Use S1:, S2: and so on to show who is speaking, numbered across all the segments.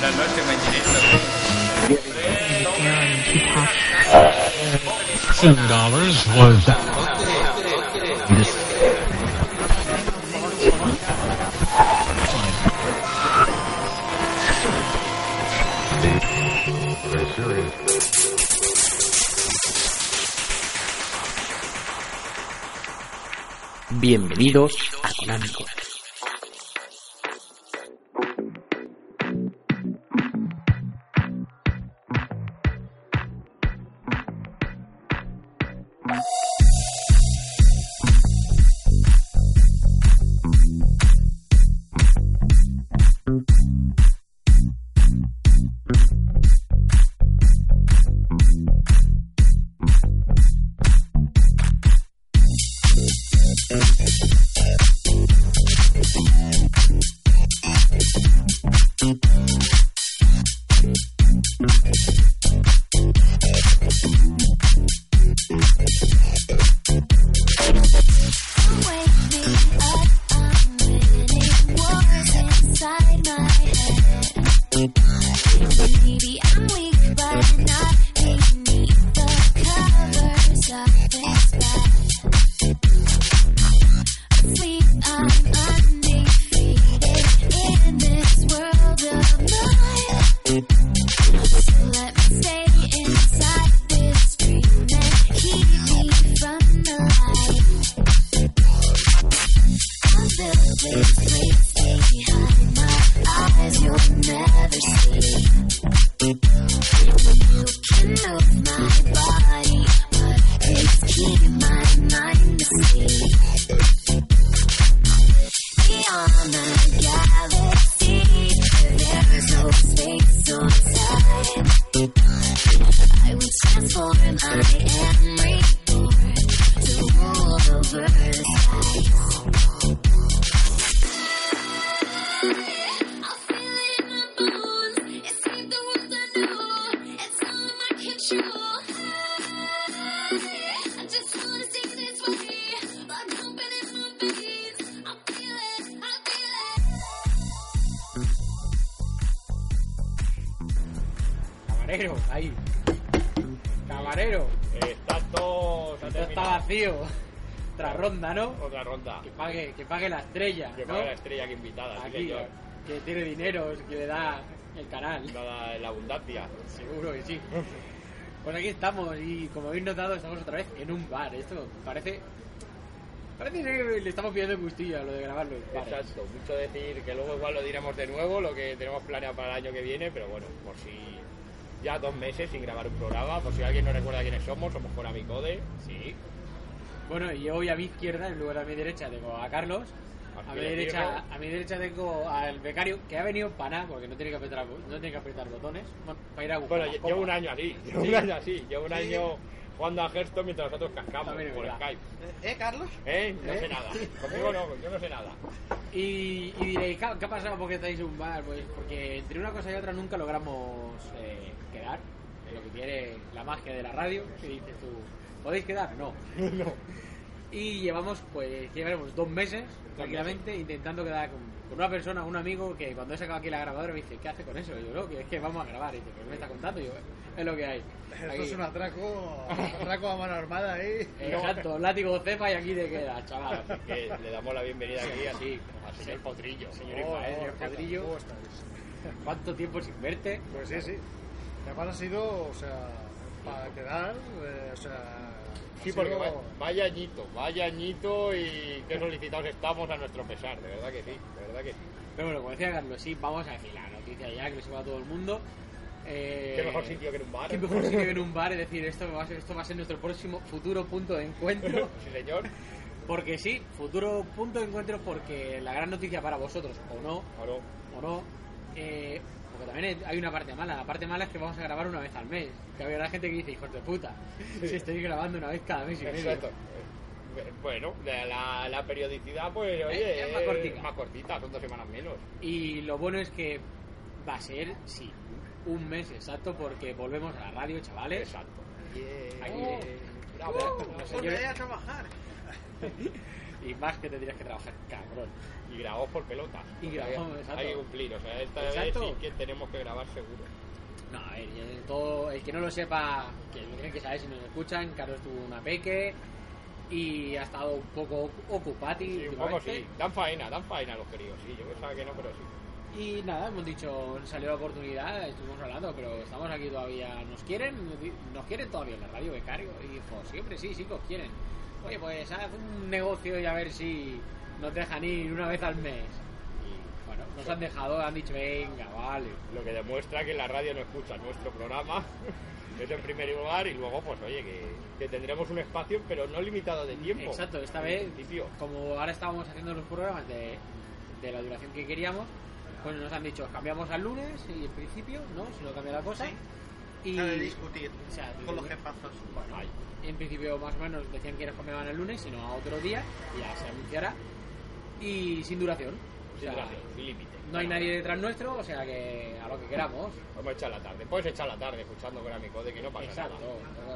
S1: la noche,
S2: dollars was
S3: Bienvenidos a Conámico.
S4: Camarero, ahí. Camarero.
S1: Está todo. Está,
S4: Esto está
S1: terminado.
S4: vacío. Otra ronda, ¿no?
S1: Otra ronda.
S4: Que pague, que pague la estrella,
S1: Que
S4: ¿no?
S1: paga la estrella que invitada, sí,
S4: Aquí, eh.
S1: señor.
S4: que tiene dinero, que le da el canal.
S1: Nada en la abundancia.
S4: Seguro que sí. Pues aquí estamos y como habéis notado estamos otra vez en un bar. Esto parece... Parece que le estamos pidiendo gustillo a lo de grabarlo. en bares.
S1: Exacto, mucho decir que luego igual lo diremos de nuevo, lo que tenemos planeado para el año que viene, pero bueno, por si ya dos meses sin grabar un programa, por si alguien no recuerda quiénes somos, somos con Amicode, sí,
S4: Bueno, y hoy a mi izquierda, en lugar de a mi derecha, tengo a Carlos. A mi,
S1: Aquí,
S4: derecha,
S1: aquí,
S4: a mi derecha tengo al becario, que ha venido para nada, porque no tiene que apretar, no tiene que apretar botones, bueno, para ir a buscar
S1: Bueno,
S4: las
S1: lle-
S4: copas.
S1: llevo un año así, llevo
S4: Sí.
S1: un año así, llevo un
S4: Sí.
S1: año jugando a Hearthstone mientras nosotros cascamos
S4: También es
S1: por
S4: verdad.
S1: Skype.
S5: ¿Eh, Carlos?
S1: ¿Eh? No
S4: ¿Eh?
S1: sé nada, conmigo no, yo no sé nada.
S4: Y, y diréis, "Ca- ¿qué ha pasado? porque estáis en un bar? Pues porque entre una cosa y otra nunca logramos eh, quedar. Es lo que quiere la magia de la radio, que dices tú, ¿podéis quedar? No. Y llevamos, pues, llevaremos dos meses, tranquilamente, intentando quedar con, con una persona, un amigo, que cuando he sacado aquí la grabadora me dice, ¿qué hace con eso? Y yo, no, que es que vamos a grabar. Y dice, ¿pero qué me está contando? Y yo, es lo que hay. Aquí.
S5: Esto es un atraco, atraco a mano armada ¿eh? ahí.
S4: Exacto, látigo cepa y aquí te quedas, chaval.
S1: Así que le damos la bienvenida aquí así, al señor Potrillo, Oh, señor Ismael.
S4: señor
S5: ¿qué tal?
S4: Padrillo.
S5: ¿Cómo estáis?
S4: ¿Cuánto tiempo sin verte?
S5: Pues sí, sí. Y Además ha sido, o sea, para quedar, eh, o sea...
S1: Sí,
S5: ha
S1: porque
S5: sido-
S1: va- vaya añito, vaya añito y qué solicitados estamos a nuestro pesar, de verdad que sí, de verdad que sí.
S4: Pero bueno, como decía Carlos, sí, vamos a decir la noticia ya, que lo sepa todo el mundo. Eh,
S1: Qué mejor sitio que en un bar.
S4: qué mejor sitio que en un bar, es decir, esto va, a ser, esto va a ser nuestro próximo futuro punto de encuentro.
S1: Sí, señor.
S4: Porque sí, futuro punto de encuentro porque la gran noticia para vosotros, o no,
S1: Claro.
S4: o no, eh, porque también hay una parte mala. La parte mala es que vamos a grabar una vez al mes. Que habrá gente que dice, hijos de puta, si estoy grabando una vez cada mes y medio.
S1: Exacto. Eh, Bueno, la, la- la periodicidad, pues, oye,
S4: Eh, es más cortica.
S1: más cortita, son dos semanas menos.
S4: Y lo bueno es que va a ser, sí, un mes exacto porque volvemos a la radio, chavales.
S1: Exacto.
S4: Aquí, eh,
S1: Bravo.
S4: los
S5: Volveré
S4: señores-
S5: a trabajar.
S4: y y más que tendrías que trabajar, cabrón.
S1: Y grabamos por pelota.
S4: Y grabamos, exacto.
S1: Hay que cumplir, o sea, esta
S4: Exacto.
S1: vez sí que tenemos que grabar seguro.
S4: No, a ver, yo- todo, el que no lo sepa, que lo tienen que saber si nos escuchan, Carlos tuvo una peque y ha estado un poco ocupati
S1: Sí, un poco sí. Dan faena, dan faena los queridos, sí. Yo pensaba que no, pero sí.
S4: Y nada, hemos dicho, salió la oportunidad, estuvimos hablando, pero estamos aquí todavía. ¿Nos quieren? ¿Nos quieren todavía en la radio becario? Y dijo, siempre sí, sí que os quieren. Oye, pues haz un negocio y a ver si nos dejan ir una vez al mes. Y bueno, nos han dejado, han dicho, venga, vale.
S1: Lo que demuestra que la radio no escucha nuestro programa. Es en primer lugar y luego, pues oye, que, que tendremos un espacio, pero no limitado de tiempo.
S4: Exacto, esta
S1: En
S4: vez,
S1: principio.
S4: como ahora estábamos haciendo los programas de, de la duración que queríamos, pues nos han dicho, cambiamos al lunes y en principio, ¿no? Si no cambia la cosa. Y,
S5: Nada de discutir
S4: o sea,
S5: con los jefazos.
S4: Bueno, ahí, en principio más o menos decían que nos cambiaban el lunes, sino a otro día, y ya se anunciará. Y sin duración. O
S1: Sin
S4: sea,
S1: gracia, sin límite.
S4: no hay nadie detrás nuestro, o sea que a lo que queramos.
S1: Vamos a echar la tarde. Puedes echar la tarde escuchando con Amico de que no pasa nada.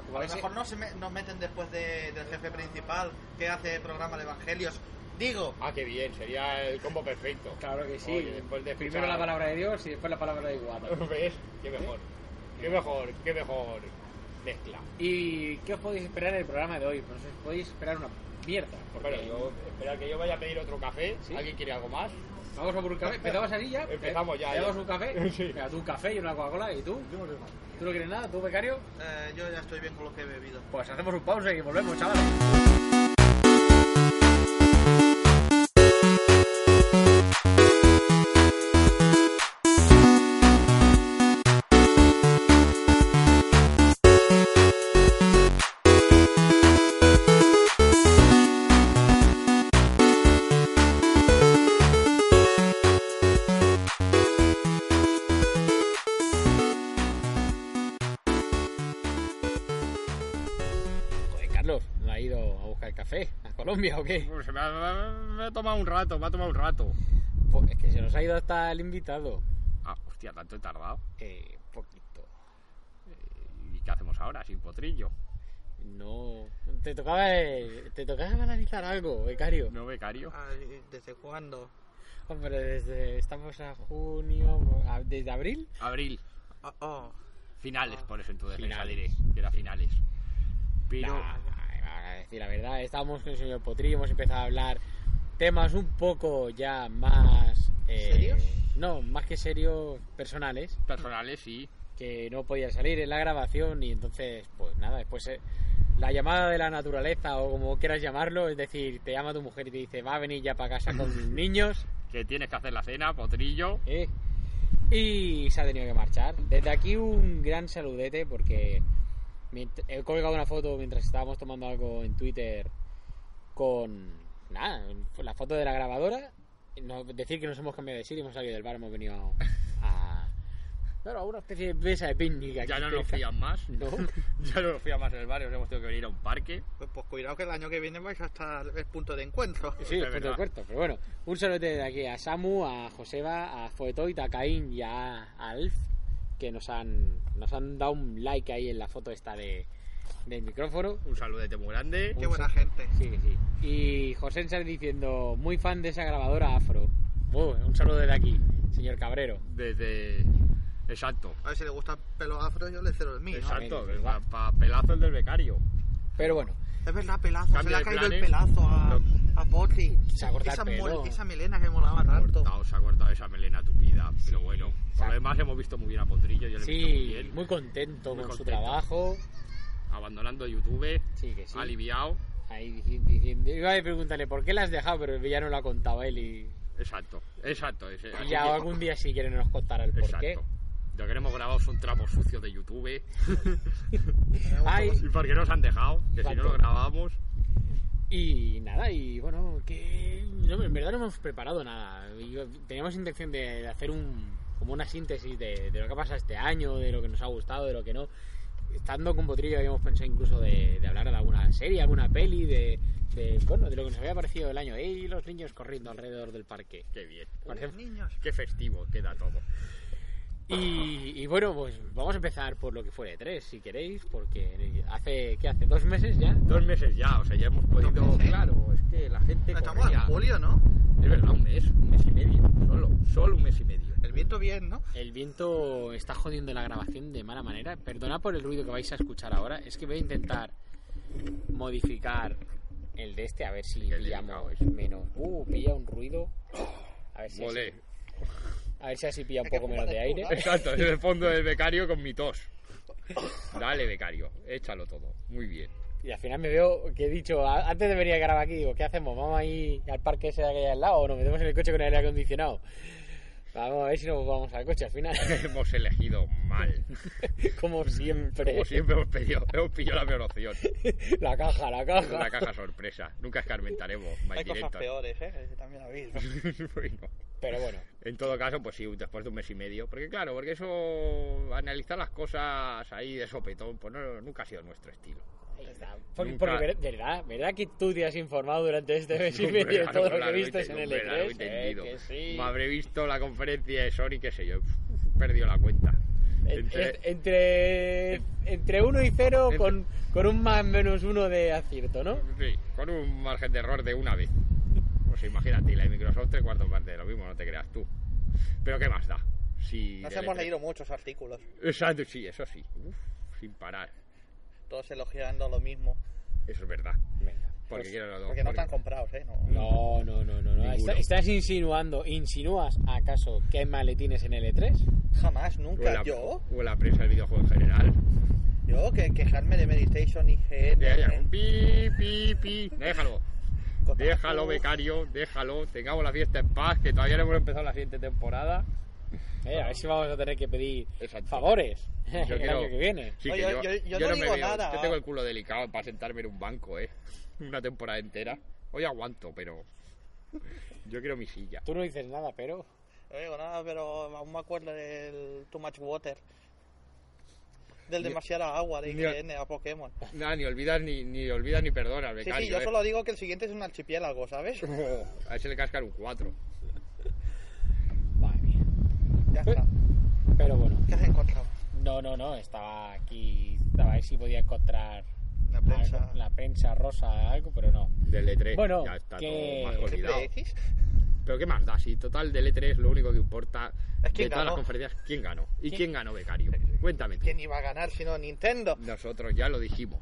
S4: Como
S5: A lo
S4: ese-
S5: mejor no se me- nos meten después de- del jefe principal que hace programa de evangelios. Digo,
S1: Ah, qué bien, sería el combo perfecto.
S4: Claro que sí.
S1: Oye, después de
S4: Primero
S1: escuchar-
S4: la palabra de Dios y después la palabra ¿Eh? de Iguata.
S1: ¿Ves? Qué mejor. Qué mejor, qué mejor mezcla.
S4: ¿Y qué os podéis esperar del programa de hoy? Pues os podéis esperar una mierda. Porque
S1: Bueno, yo, esperar que yo vaya a pedir otro café.
S4: ¿Sí?
S1: ¿Alguien quiere algo más?
S4: Vamos a por un café. Empezamos así ya.
S1: Empezamos ya,
S4: Llevamos
S1: ya.
S4: un café.
S1: Sí.
S4: Mira, tú un café y una Coca-Cola. ¿Y tú?
S6: Yo no sé más.
S4: ¿Tú no quieres nada? ¿Tú, becario?
S5: eh, yo ya estoy bien con lo que he bebido.
S4: Pues hacemos un pausa y volvemos, chavales. Joder, Carlos, ¿no ha ido a buscar el café a Colombia o qué?
S1: Pues Se me ha, tomado un rato, me ha tomado un rato.
S4: Pues es que se nos ha ido hasta el invitado.
S1: Ah, hostia, tanto he tardado.
S4: Eh, poquito.
S1: ¿Y qué hacemos ahora sin potrillo?
S4: No. Te tocaba, eh, te tocaba analizar algo, becario.
S1: No becario.
S5: Ay, ¿Desde cuándo?
S4: Hombre, desde. Estamos a junio. a- ¿Desde abril?
S1: Abril.
S5: Oh, oh.
S1: Finales, por eso en tu defensa
S4: Finales.
S1: diré que era finales. Pero
S4: Nah, nah, a decir la verdad, estábamos con el señor Potrillo, hemos empezado a hablar temas un poco ya más. eh,
S5: ¿Serios?
S4: No, más que serios, personales.
S1: personales sí.
S4: que no podía salir en la grabación y entonces, pues nada, después eh, la llamada de la naturaleza o como quieras llamarlo, es decir, te llama tu mujer y te dice, va a venir ya para casa con mis niños,
S1: Que tienes que hacer la cena, potrillo.
S4: ¿eh? y se ha tenido que marchar. Desde aquí un gran saludete porque mient- he colgado una foto mientras estábamos tomando algo en Twitter con, nada, la foto de la grabadora, no, decir que nos hemos cambiado de sitio, hemos salido del bar, hemos venido a... Claro, a una especie de mesa de picnic aquí
S1: Ya no nos
S4: cerca.
S1: fían más.
S4: No.
S1: Ya no nos fían más en el barrio, nos hemos tenido que venir a un parque.
S5: Pues, pues cuidado que el año que viene vais a estar el punto de encuentro.
S4: Sí,
S1: Es
S4: el punto
S1: verdad.
S4: de cuarto, pero bueno. Un saludo de aquí a Samu, a Joseba, a Foetoit, a Caín y a Alf, que nos han, nos han dado un like ahí en la foto esta de, del micrófono.
S1: Un saludete muy grande.
S5: Qué buena gente.
S4: Sí, que sí. Y José sale diciendo, muy fan de esa grabadora afro. Buh, un saludo desde aquí, señor Cabrero.
S1: Desde. Exacto.
S5: A ver si le gusta el pelo afro, yo le cero el mío.
S1: Exacto.
S4: Amén, verdad.
S1: Papelazo el del becario.
S4: Pero bueno,
S5: Es verdad, pelazo. Se
S1: Cambio
S5: le ha
S1: de
S5: caído el
S1: planes.
S5: pelazo a, a Potri.
S4: Se ha cortado
S5: esa,
S4: el pelo.
S5: mol- esa melena que molaba tanto.
S1: Cortado, se ha cortado esa melena tupida. Pero bueno. Por lo demás hemos visto muy bien a Potrillo. Yo le he visto muy
S4: sí,
S1: bien.
S4: muy contento
S1: Muy
S4: con su
S1: contento.
S4: trabajo.
S1: Abandonando YouTube.
S4: Sí, que sí.
S1: Aliviado.
S4: Ahí dici- diciendo, iba a preguntarle por qué la has dejado, pero ya no lo ha contado él y,
S1: Exacto. Exacto. ese-
S4: y ya algún día si quieren nos contará el por qué.
S1: Exacto. Lo que hemos grabado son trapos sucios de YouTube.
S4: Ay,
S1: ¿Y por qué nos han dejado? Que si
S4: Exacto.
S1: no lo grabábamos.
S4: y nada, y bueno, que no, en verdad no hemos preparado nada. Yo- Teníamos intención de, de hacer un, como una síntesis de, de lo que ha pasado este año, de lo que nos ha gustado, de lo que no. Estando con Potrillo habíamos pensado incluso de, de hablar de alguna serie, alguna peli, de, de, bueno, de lo que nos había parecido el año. Y los niños corriendo alrededor del parque.
S1: Qué bien.
S4: Parece-
S5: Niños.
S1: Qué festivo queda todo.
S4: Y, y bueno, pues vamos a empezar por lo que fue de 3, si queréis, porque hace, ¿qué hace? ¿Dos meses ya?
S1: Dos meses ya, o sea, ya hemos podido.
S5: meses.
S1: Claro, es que la gente.
S5: Estamos
S1: corría.
S5: en julio, ¿no?
S1: Es verdad, un mes, un mes y medio, solo, solo un mes y medio.
S5: El viento bien, ¿no?
S4: El viento está jodiendo la grabación de mala manera. Perdonad por el ruido que vais a escuchar ahora. Es que voy a intentar modificar el de este a ver si
S1: que le
S4: pillamos
S1: cago,
S4: menos. Uh, pilla un ruido. A ver si,
S1: Molé.
S4: a ver si así pilla un
S5: Es que
S4: poco menos de
S5: fuma
S4: aire.
S5: de
S1: Exacto, en el fondo del becario con mi tos. Dale, becario, échalo todo. Muy bien.
S4: Y al final me veo que he dicho, a- antes de venir a grabar aquí, digo, ¿qué hacemos? ¿Vamos ahí al parque ese de aquí al lado o nos metemos en el coche con el aire acondicionado? Vamos a ver si nos vamos al coche al final,
S1: Hemos elegido mal.
S4: como siempre.
S1: Como siempre hemos pedido, hemos pillado la peor opción.
S4: La caja, la caja.
S1: La caja sorpresa. Nunca escarmentaremos. My
S5: Hay cosas
S1: Director.
S5: peores, ¿eh? Que También ha habido.
S1: Bueno,
S4: Pero bueno,
S1: En todo caso, pues sí, después de un mes y medio. Porque claro, porque eso, analizar las cosas ahí de sopetón, pues no, nunca ha sido nuestro estilo.
S4: ahí está. Por-
S1: Nunca-
S4: porque ver- verdad, verdad que tú te has informado durante este mes y
S1: Hombre,
S4: medio de
S1: claro,
S4: todo lo
S1: claro,
S4: que
S1: he
S4: viste en
S1: entendido,
S4: el
S1: hombre, claro,
S5: E
S1: he
S4: E3. eh,
S1: entendido.
S4: que sí.
S1: Me habré visto la conferencia de Sony, qué sé yo, he perdido la cuenta.
S5: E
S4: En-
S1: Entre-
S4: en- Entre, entre 1 y 0
S1: Entre-
S4: con, con un más menos uno de acierto, ¿no?
S1: Sí, con un margen de error de una vez. Pues imagínate, la de Microsoft tres cuartos parte de lo mismo, no te creas tú. Pero ¿qué más da? Si E
S5: Nos
S1: del
S5: hemos
S1: E3.
S5: leído muchos artículos,
S1: Exacto, sí, eso sí. Uf, sin parar.
S5: todos elogiando lo mismo.
S1: Eso es verdad. Porque,
S5: Pues,
S1: quiero-
S5: porque no están comprados, ¿eh?
S4: No,
S5: No.
S4: no, no, no. no.
S1: Ninguno.
S4: Está- ¿Estás insinuando, insinúas acaso que hay maletines en E L3?
S5: Jamás,
S1: o en
S5: nunca.
S1: la,
S5: Yo,
S1: o en la prensa del videojuego en general.
S5: yo que quejarme de Meditation y
S1: Ya, ya,
S5: GN.
S1: Pi, pi, pi. Déjalo.
S5: Kotaku.
S1: Déjalo, becario. Déjalo. Tengamos la fiesta en paz, que todavía no hemos empezado la siguiente temporada.
S4: Eh, a ver si vamos a tener que pedir
S1: Exacto.
S4: favores
S1: Yo
S4: el
S1: quiero-
S4: año que viene.
S1: Sí,
S5: No,
S1: que
S5: yo-
S1: yo,
S5: yo-
S1: yo
S5: yo no
S1: no me
S5: digo
S1: veo.
S5: nada.
S1: Yo tengo el culo delicado para sentarme en un banco, ¿eh? Una temporada entera. Hoy aguanto, pero. Yo quiero mi silla.
S4: Tú no dices nada, pero...
S5: No digo nada, pero aún me acuerdo del Too Much Water. Del
S1: Ni-
S5: demasiada agua de
S1: ni a-
S5: IGN a Pokémon.
S1: Nada, ni olvidas ni, ni olvidas ni perdonas,
S5: Sí,
S1: becario.
S5: sí, yo
S1: ¿eh?
S5: solo digo que el siguiente es un archipiélago, ¿sabes?
S1: A ese le cascan un 4.
S4: Madre mía.
S5: Ya está.
S4: Pero bueno.
S5: ¿Qué has encontrado?
S4: No, no, no. Estaba aquí... Estaba a ver si podía encontrar...
S5: La prensa.
S1: Ah,
S4: algo, la prensa rosa, algo, pero no.
S1: Del E3.
S4: Bueno,
S1: ya está
S4: que-
S1: todo más que olvidado.
S5: ¿Triple X?
S1: Pero qué más da, si total del E3 lo único que importa
S5: Es
S1: de
S5: quién
S1: todas las
S5: ganó.
S1: conferencias, ¿quién ganó? ¿Y
S4: ¿Quién-
S1: quién, ganó, becario? Cuéntame tú.
S5: ¿Quién iba a ganar sino Nintendo?
S1: Nosotros ya lo dijimos.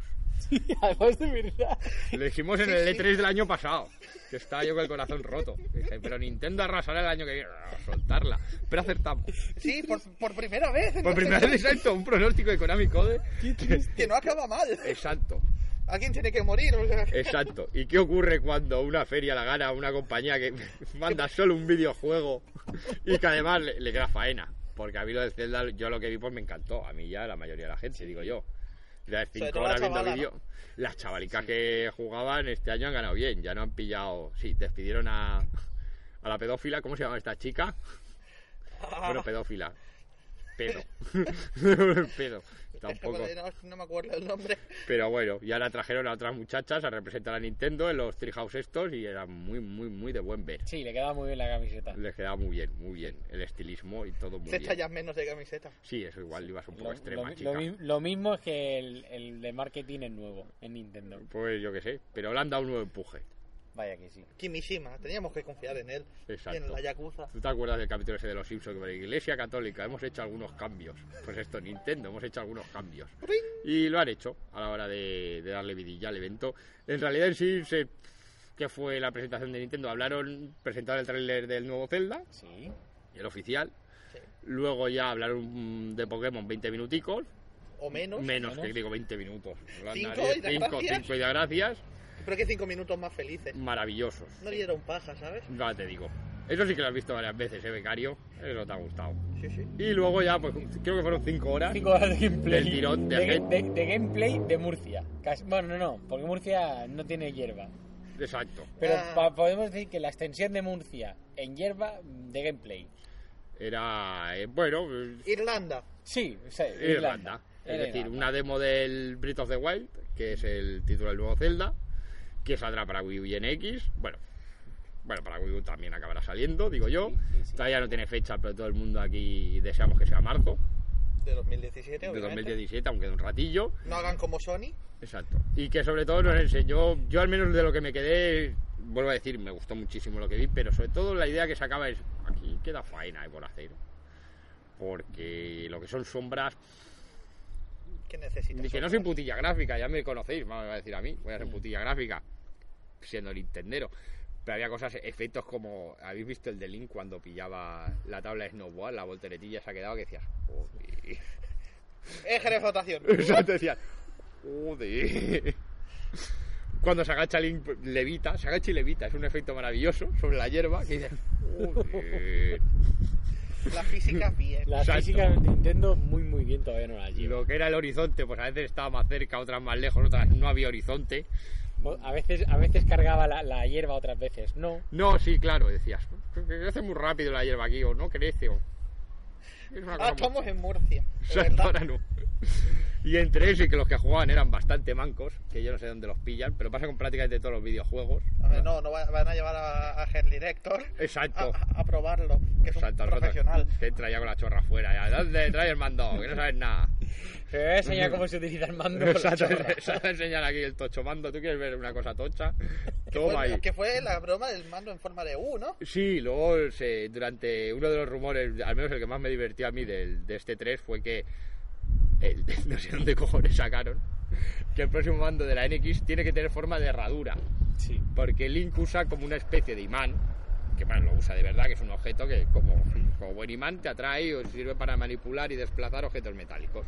S4: Además de pues, verdad.
S1: Lo dijimos en
S5: Sí,
S1: el
S5: sí.
S1: E3 del año pasado. Que estaba yo con el corazón roto. Dije, pero Nintendo arrasará el año que viene. Ah, Soltarla. Pero acertamos.
S5: Sí, por, por primera vez.
S1: Por primera vez, exacto, un pronóstico de Konami Code.
S5: Que no acaba mal.
S1: Eh. Exacto,
S5: Alguien tiene que morir. O sea,
S1: exacto. ¿Y qué ocurre cuando una feria la gana una compañía que manda solo un videojuego y que además le, le queda faena? Porque a mí lo de Zelda, yo lo que vi pues me encantó. A mí ya la mayoría de la gente, digo yo. Las
S5: Sobre
S1: cinco
S5: todo la
S1: horas viendo
S5: chavala,
S1: vídeo. Las chavalicas que jugaban este año han ganado bien, ya no han pillado. Sí, despidieron a, a la pedófila, ¿cómo se llama esta chica? Bueno, pedófila. Pedo. Pedo. Tampoco.
S5: No, no me acuerdo el nombre.
S1: Pero bueno, y ahora trajeron a otras muchachas a representar a Nintendo en los Treehouse estos y eran muy, muy, muy de buen ver.
S4: Sí, le quedaba muy bien la camiseta.
S1: Les quedaba muy bien, muy bien. El estilismo y todo muy
S5: Te
S1: bien.
S5: estallas Este menos de camiseta.
S1: Sí, eso igual, ibas un poco
S4: Lo,
S1: extrema,
S4: lo-
S1: chica.
S4: lo mi- lo mismo es que el, el de marketing es nuevo en Nintendo.
S1: Pues yo qué sé, pero le han dado un nuevo empuje.
S4: Vaya que sí.
S5: Kimishima, teníamos que confiar en él.
S1: Exacto.
S5: Y en la Yakuza.
S1: ¿Tú te acuerdas del capítulo ese de los Simpsons? Que la Iglesia Católica hemos hecho algunos cambios. Pues esto, Nintendo, hemos hecho algunos cambios. Y lo han hecho a la hora de, de darle vidilla al evento. En realidad, en sí, se, que fue la presentación de Nintendo, hablaron, presentaron el tráiler del nuevo Zelda,
S4: Sí.
S1: el oficial.
S5: Sí.
S1: Luego ya hablaron mm, de Pokémon 20 minuticos,
S5: O menos.
S1: menos,
S4: menos.
S1: que digo 20 minutos. Lo han
S5: Cinco
S1: dado
S5: y da
S1: 5,
S5: gracias.
S1: 5 y da gracias,
S5: Pero que cinco minutos más felices.
S1: maravillosos.
S5: No dieron paja, ¿sabes?
S1: Ya te digo. Eso sí que lo has visto varias veces, ¿eh, becario? Eso te ha gustado.
S5: Sí, sí.
S1: Y luego ya, pues creo que fueron 5 horas.
S4: 5 horas de gameplay.
S1: Del tirón, de
S4: de,
S1: gente.
S4: de- de gameplay de Murcia. Casi- bueno, no, no, porque Murcia no tiene hierba.
S1: Exacto.
S4: Pero
S5: Ah.
S4: pa- podemos decir que la extensión de Murcia en hierba de gameplay.
S1: Era, eh, bueno, eh,
S5: Irlanda.
S4: Sí, o sea,
S1: Irlanda. Es
S4: Era
S1: decir,
S4: Irlanda.
S1: una demo del Breath of the Wild, que es el título del nuevo Zelda, que saldrá para Wii U y NX. Bueno, Bueno, para Wii U también acabará saliendo, digo yo.
S5: Sí, sí, sí.
S1: Todavía no tiene fecha, pero todo el mundo aquí deseamos que sea marzo
S5: De 2017,
S1: de
S5: obviamente.
S1: 2017, aunque de un ratillo.
S5: No hagan como Sony.
S1: Exacto. Y que sobre todo nos enseñó, yo al menos de lo que me quedé, vuelvo a decir, me gustó muchísimo lo que vi, pero sobre todo la idea que sacaba es, aquí queda faena eh, por hacer. Porque lo que son sombras,
S5: Que necesitan.
S1: que no soy putilla gráfica, ya me conocéis, me va a decir a mí, voy a ser putilla gráfica, siendo Nintendero. Pero había cosas, efectos como, ¿habéis visto el de Link cuando pillaba la tabla de snowboard, la volteretilla se ha quedado que decías, joder.
S5: Eje de flotación.
S1: Exacto, decía, joder. Cuando se agacha Link, levita, se agacha y levita, es un efecto maravilloso sobre la hierba que dices, joder.
S5: La física bien.
S4: La
S1: Exacto.
S4: física de Nintendo muy muy bien todavía no la
S1: Y
S4: llevo.
S1: lo que era el horizonte, pues a veces estaba más cerca, otras más lejos, otras no había horizonte.
S4: A veces, a veces cargaba la, la hierba, otras veces no.
S1: No, sí, claro, decías, crece muy rápido la hierba aquí, o no crece, o. Es una
S5: Ah,
S1: cosa muy-
S5: estamos en Murcia. de
S1: Exacto,
S5: verdad.
S1: ahora no. Y entre eso y que los que jugaban eran bastante mancos, que yo no sé dónde los pillan, pero pasa con prácticamente todos los videojuegos.
S5: A ver, no, no va- van a llevar a, a Head Director a,
S1: Exacto.
S5: a- a probarlo, que es un
S1: Oh. Salta al
S5: profesional.
S1: Te entra ya con la chorra afuera. Ya. ¿Dónde trae el mando? Que no sabes nada.
S4: Te voy a enseñar cómo se utiliza el mando. con la
S1: Exacto.
S4: chorra.
S1: Se va a enseñar aquí el tocho mando. ¿Tú quieres ver una cosa tocha? Toma
S5: Bueno,
S1: ahí.
S5: que fue la broma del mando en forma de U, ¿no?
S1: Sí, luego se- durante uno de los rumores, al menos el que más me divertió a mí del- de este 3 fue que el- no sé dónde cojones sacaron que el próximo mando de la NX tiene que tener forma de herradura.
S4: Sí.
S1: Porque Link usa como una especie de imán, que bueno, lo usa de verdad, que es un objeto que como, como buen imán te atrae o sirve para manipular y desplazar objetos metálicos.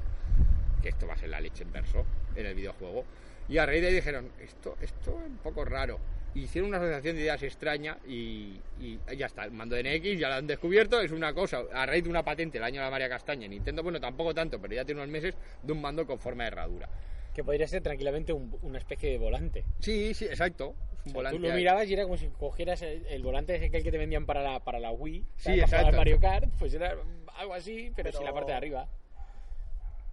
S1: Que esto va a ser la leche en verso en el videojuego. Y a raíz de ahí dijeron, esto, esto es un poco raro. Y Hicieron una asociación de ideas extraña y, y ya está, el mando de NX ya lo han descubierto, es una cosa, a raíz de una patente el año de la María Castaña, Nintendo, bueno, tampoco tanto, pero ya tiene unos meses de un mando con forma de herradura.
S4: Que podría ser tranquilamente un- una especie de volante.
S1: Sí, sí, exacto, es un
S4: O sea,
S1: volante
S4: tú lo
S1: ahí.
S4: mirabas y era como si cogieras el, el volante ese que el que te vendían para la, para la Wii,
S1: Sí,
S4: para jugar al
S1: exacto.
S4: Mario Kart, pues era algo así, pero,
S5: Pero-
S4: sin la parte de arriba.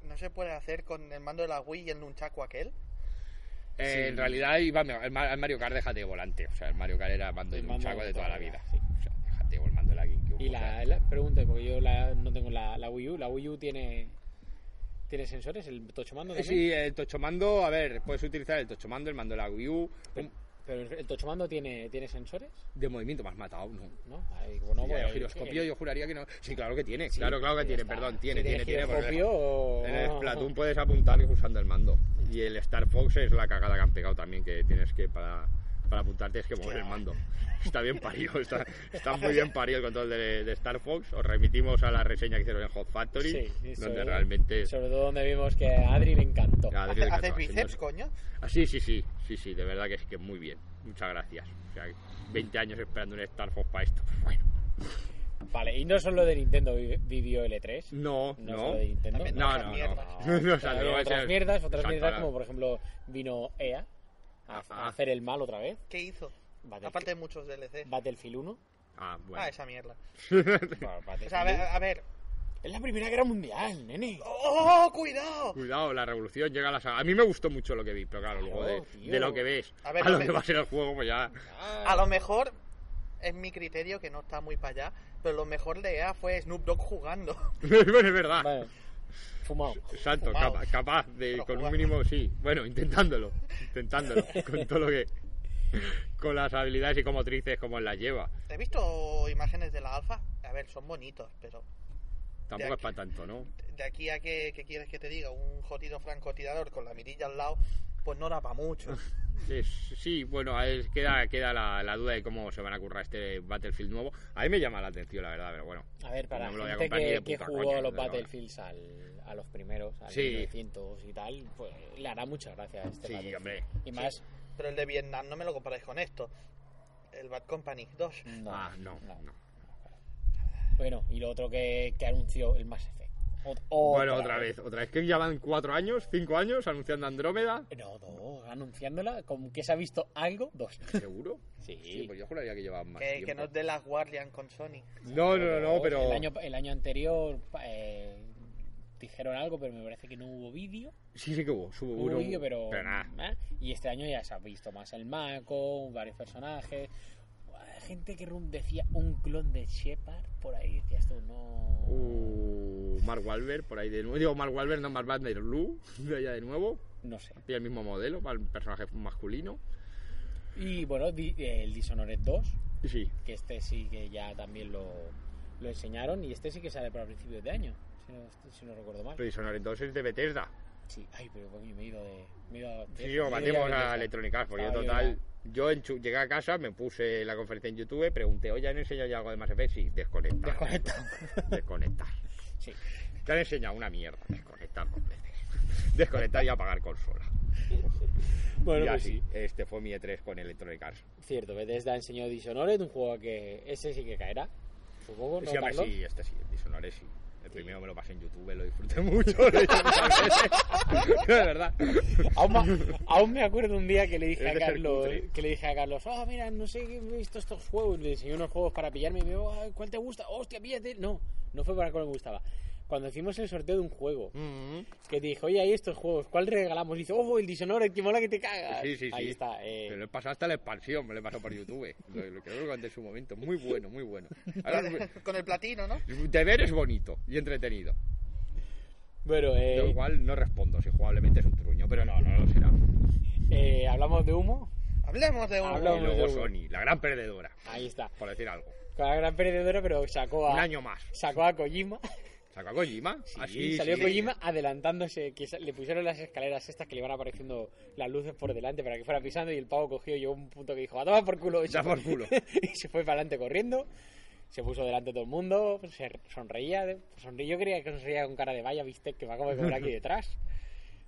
S5: No se puede hacer con el mando de la Wii y el nunchaku aquel.
S1: Eh, En realidad iba mejor. El Ma- el Mario Kart déjate de volante. O sea, el Mario Kart era mando
S4: El
S1: de un
S4: mando
S1: chaco
S4: de
S1: de toda la
S4: toda la
S1: vida.
S4: vida,
S1: O sea, déjate de el mando de la GameCube.
S4: Y
S1: o
S4: la,
S1: sea,
S4: la pregunta, porque yo la- no tengo la, la Wii U, la Wii U tiene, tiene sensores, el tocho mando
S1: Eh,
S4: también.
S1: Sí, el tochomando, a ver, puedes utilizar el tochomando, el mando de la Wii U, un-
S4: Pero el tocho mando tiene, tiene sensores,
S1: de movimiento más matado, ¿no?
S4: ¿no? Ay, bueno,
S1: Y
S4: bueno,
S1: el giroscopio yo juraría que no. Sí, claro que tiene.
S4: Sí,
S1: claro, claro que
S4: ya
S1: tiene,
S4: está.
S1: perdón,
S4: Si
S1: tiene, tiene, tiene. porque
S4: giroscopio o-
S1: En el Splatoon puedes apuntar usando el mando. Y el Star Fox es la cagada que han pegado también, que tienes que para, para apuntar tienes que mover el mando. Está bien parido, está, está muy bien parido el control de, de Star Fox. Os remitimos a la reseña que hicieron en Hot Factory,
S4: Sí, sí,
S1: donde
S4: sobre-
S1: realmente...
S4: Sobre todo donde vimos que a Adri le encantó.
S1: Adri
S5: Hace,
S1: le
S5: hace
S1: encantó
S5: bíceps,
S1: haciendo-
S5: coño.
S1: Ah, sí, sí, sí, sí, sí, de verdad que es que muy bien. Muchas gracias. O sea, 20 años esperando un Star Fox para esto. Bueno,
S4: Vale, y no solo de Nintendo vi- vivió L3.
S1: no,
S4: No,
S1: no.
S4: solo de Nintendo.
S5: También
S1: No,
S5: Otras
S1: no, no.
S5: mierdas.
S1: No, o sea,
S4: También
S1: no va a
S4: otras
S1: ser-
S4: mierdas, otras
S1: Exacto,
S4: mierdas
S1: ahora-
S4: como por ejemplo vino EA a,
S1: Ajá.
S4: a hacer el mal otra vez.
S5: ¿Qué hizo?
S4: Battlefield,
S5: Aparte de muchos DLC.
S4: Battlefield 1.
S1: Ah, bueno.
S5: Ah, esa mierda.
S4: Bueno,
S5: O sea, a ver,
S4: Battlefield-
S5: a ver.
S4: Es la Primera Guerra Mundial, nene.
S5: ¡Oh, cuidado!
S1: Cuidado, la revolución llega a la saga. A mí me gustó mucho lo que vi, pero claro, luego de,
S4: Claro, tío.
S1: de lo que ves a,
S5: A ver,
S1: lo
S5: no
S1: que
S5: me-
S1: va a ser el juego, pues ya.
S5: A lo mejor, es mi criterio que no está muy para allá, pero lo mejor de EA fue Snoop Dogg jugando.
S1: Bueno, es verdad.
S4: Vale. Fumado.
S1: Exacto,
S5: Fumado.
S1: capa- capaz de,
S5: Pero
S1: con un
S5: jugado.
S1: mínimo, sí. Bueno, intentándolo, intentándolo, con todo lo que. Con las habilidades y como trices, como las lleva.
S5: He visto imágenes de la alfa. A ver, son bonitos, pero
S1: Tampoco es
S5: aquí.
S1: para tanto, ¿no?
S5: de aquí a que, que quieres que te diga un jodido francotirador con la mirilla al lado, pues no da para mucho.
S1: Es- sí, bueno, a ver, queda, queda la, la duda de cómo se van a currar este Battlefield nuevo. A mí me llama la atención, la verdad, pero bueno.
S4: A ver, para
S1: No me lo
S4: la
S1: voy a
S4: gente
S1: comprar ni de
S4: que, que
S1: puta
S4: jugó
S1: coña,
S4: a los
S1: desde luego. ¿eh?
S4: Battlefields al, a los primeros, al
S1: Sí.
S4: 1900 y tal, pues le hará muchas gracias a este
S1: Sí,
S4: Battlefield.
S1: hombre.
S4: Y más,
S5: Pero el de Vietnam no me lo comparáis con esto. El Bad Company 2.
S4: no,
S1: ah, no,
S4: no.
S1: no.
S4: Bueno, y lo otro que, que anunció el Mass Effect. Ot-
S1: Bueno, otra vez, otra vez que ya van cuatro años, cinco años anunciando Andrómeda.
S4: No, dos, anunciándola, como que se ha visto algo, dos.
S1: ¿Seguro?
S4: Sí.
S1: pues yo juraría que llevaban más.
S5: Que,
S1: tiempo.
S5: que no es de las Guardian con Sony.
S1: no, no, no, no, pero.
S4: El año, el año anterior eh, dijeron algo, pero me parece que no hubo vídeo.
S1: Sí, sí que hubo, subo
S4: Hubo
S1: uno.
S4: vídeo, pero.
S1: nada.
S4: ¿eh? Y este año ya se ha visto más el Mako, varios personajes. ah, gente que rum- decía un clon de Shepard por ahí, decías tú, no.
S1: Uh, Mark Wahlberg, por ahí de nuevo. Digo, Mark Wahlberg, no Mark Vanderloo, de allá de nuevo.
S4: No sé.
S1: Tiene el mismo modelo para el personaje masculino.
S4: Y bueno, di- eh, el Dishonored 2,
S1: Y sí,
S4: que este sí que ya también lo, lo enseñaron y este sí que sale para principios de año, si no, si no recuerdo mal.
S1: pero Dishonored entonces de Bethesda.
S4: Sí, ay, pero coño, me he ido de. Me he ido
S1: Sí, yo matemos a Electronic Arts, porque yo
S4: Estaba yo
S1: total... Yo enchu- llegué a casa, me puse la conferencia en YouTube, pregunté, oye, ¿han enseñado ya algo de Mass Effect? Sí, desconectar.
S4: Desconecta.
S1: Desconectar.
S4: Sí.
S1: Te han enseñado una mierda, desconectar dos veces. Desconectar y apagar consola.
S4: Bueno,
S1: y
S4: pues
S1: así,
S4: sí.
S1: este fue mi E3 con Electronic Arts.
S4: Cierto, Bethesda enseñó Dishonored, un juego que ese sí que caerá, supongo, ¿no,
S1: Sí, hombre,
S4: Carlos?
S1: sí, este sí, el Dishonored sí. El primero me lo pasé en YouTube, lo disfruté mucho. lo hice muchas veces. De verdad.
S4: Aún, ma- aún me acuerdo un día que le dije
S1: Es
S4: a
S1: de ser
S4: Carlos,
S1: cutre.
S4: que le dije a Carlos, ah, mira, no sé, he visto estos juegos, le enseñé unos juegos para pillarme y me digo, "Ay, ¿cuál te gusta? Hostia, píllate. No, no fue para cuál me gustaba. Cuando hicimos el sorteo de un juego, que te dije, oye, hay estos juegos, ¿cuál regalamos? Y dice, oh, el Dishonored, que mola que te cagas.
S1: Sí, sí, sí.
S4: Ahí está. eh,
S1: Me lo he pasado hasta la expansión, me lo he pasado por YouTube. Lo, lo que lo conté en su momento. Muy bueno, muy bueno. Ahora,
S5: Con el platino, ¿no?
S1: de ver es bonito y entretenido.
S4: Bueno, eh,
S1: Yo igual no respondo si jugablemente es un truño, pero no, no lo será.
S4: eh, hablamos de humo.
S5: Hablemos de un...
S4: Habla-
S1: y
S4: Hablamos
S1: luego
S4: de-
S1: Sony, la gran perdedora,
S4: Ahí está.
S1: por decir algo.
S4: Con la gran perdedora, pero sacó a,
S1: Un año más.
S4: sacó a Kojima.
S1: ¿Sacó a Kojima?
S4: Sí,
S1: Así,
S4: salió
S1: sí.
S4: Kojima adelantándose, que sa- le pusieron las escaleras estas que le iban apareciendo las luces por delante para que fuera pisando y el pavo cogió y llegó a un punto que dijo, a tomar por culo. Y
S1: Ya
S4: se-
S1: por culo.
S4: y se fue para adelante corriendo, se puso delante de todo el mundo, pues, se sonreía, de- sonreía, yo creía que sonreía con cara de vaya bistec que me acabo de comer aquí detrás,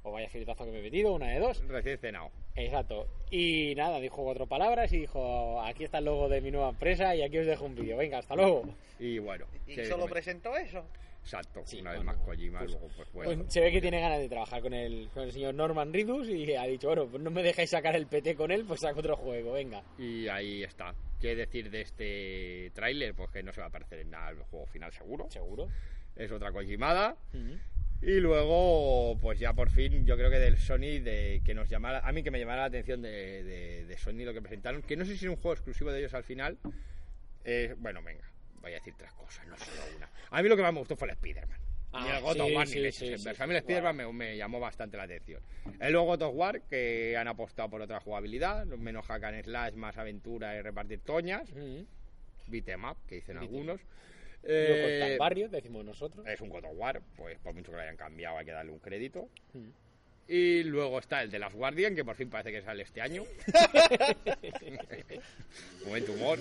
S4: o vaya filetazo que me he metido, una de dos.
S1: Recién cenado.
S4: Exacto. Y nada, dijo cuatro palabras y dijo, aquí está el logo de mi nueva empresa y aquí os dejo un vídeo, venga, hasta luego.
S1: Y bueno.
S5: Y
S1: se-
S5: solo presentó eso.
S1: Exacto,
S4: Sí,
S1: una vez
S4: bueno,
S1: más Kojima,
S4: pues-
S1: luego pues bueno.
S4: se ve que tiene ganas de trabajar con el, con el señor Norman Ridus y ha dicho, bueno, pues no me dejáis sacar el PT con él, pues saco otro juego, venga.
S1: Y ahí está. ¿Qué decir de este tráiler? Pues que no se va a parecer en nada al juego final seguro.
S4: Seguro.
S1: Es otra Kojimada.
S4: Mm-hmm.
S1: Y luego, pues ya por fin, yo creo que del Sony, de que nos llamara, a mí que me llamara la atención de, de- de Sony lo que presentaron, que no sé si es un juego exclusivo de ellos al final. Eh, bueno, venga, voy a decir tres cosas, no solo una. A mí lo que más me gustó fue el Spider-Man. Ni
S4: Ah,
S1: el God of
S4: sí,
S1: War
S4: sí,
S1: ni leches,
S4: sí,
S1: en
S4: sí.
S1: verdad. A mí el Spider-Man me, me llamó bastante la atención. El luego God of War, que han apostado por otra jugabilidad, menos hack and slash, más aventura y repartir toñas.
S4: Ujú.
S1: Beat 'em up, que dicen
S4: Beat 'em up.
S1: algunos.
S4: Yo
S1: Eh,
S4: contra el barrio, decimos nosotros.
S1: es un God of War, pues por mucho que lo hayan cambiado hay que darle un crédito.
S4: Mm.
S1: Y luego está el de Las Guardian, que por fin parece que sale este año. Buen humor,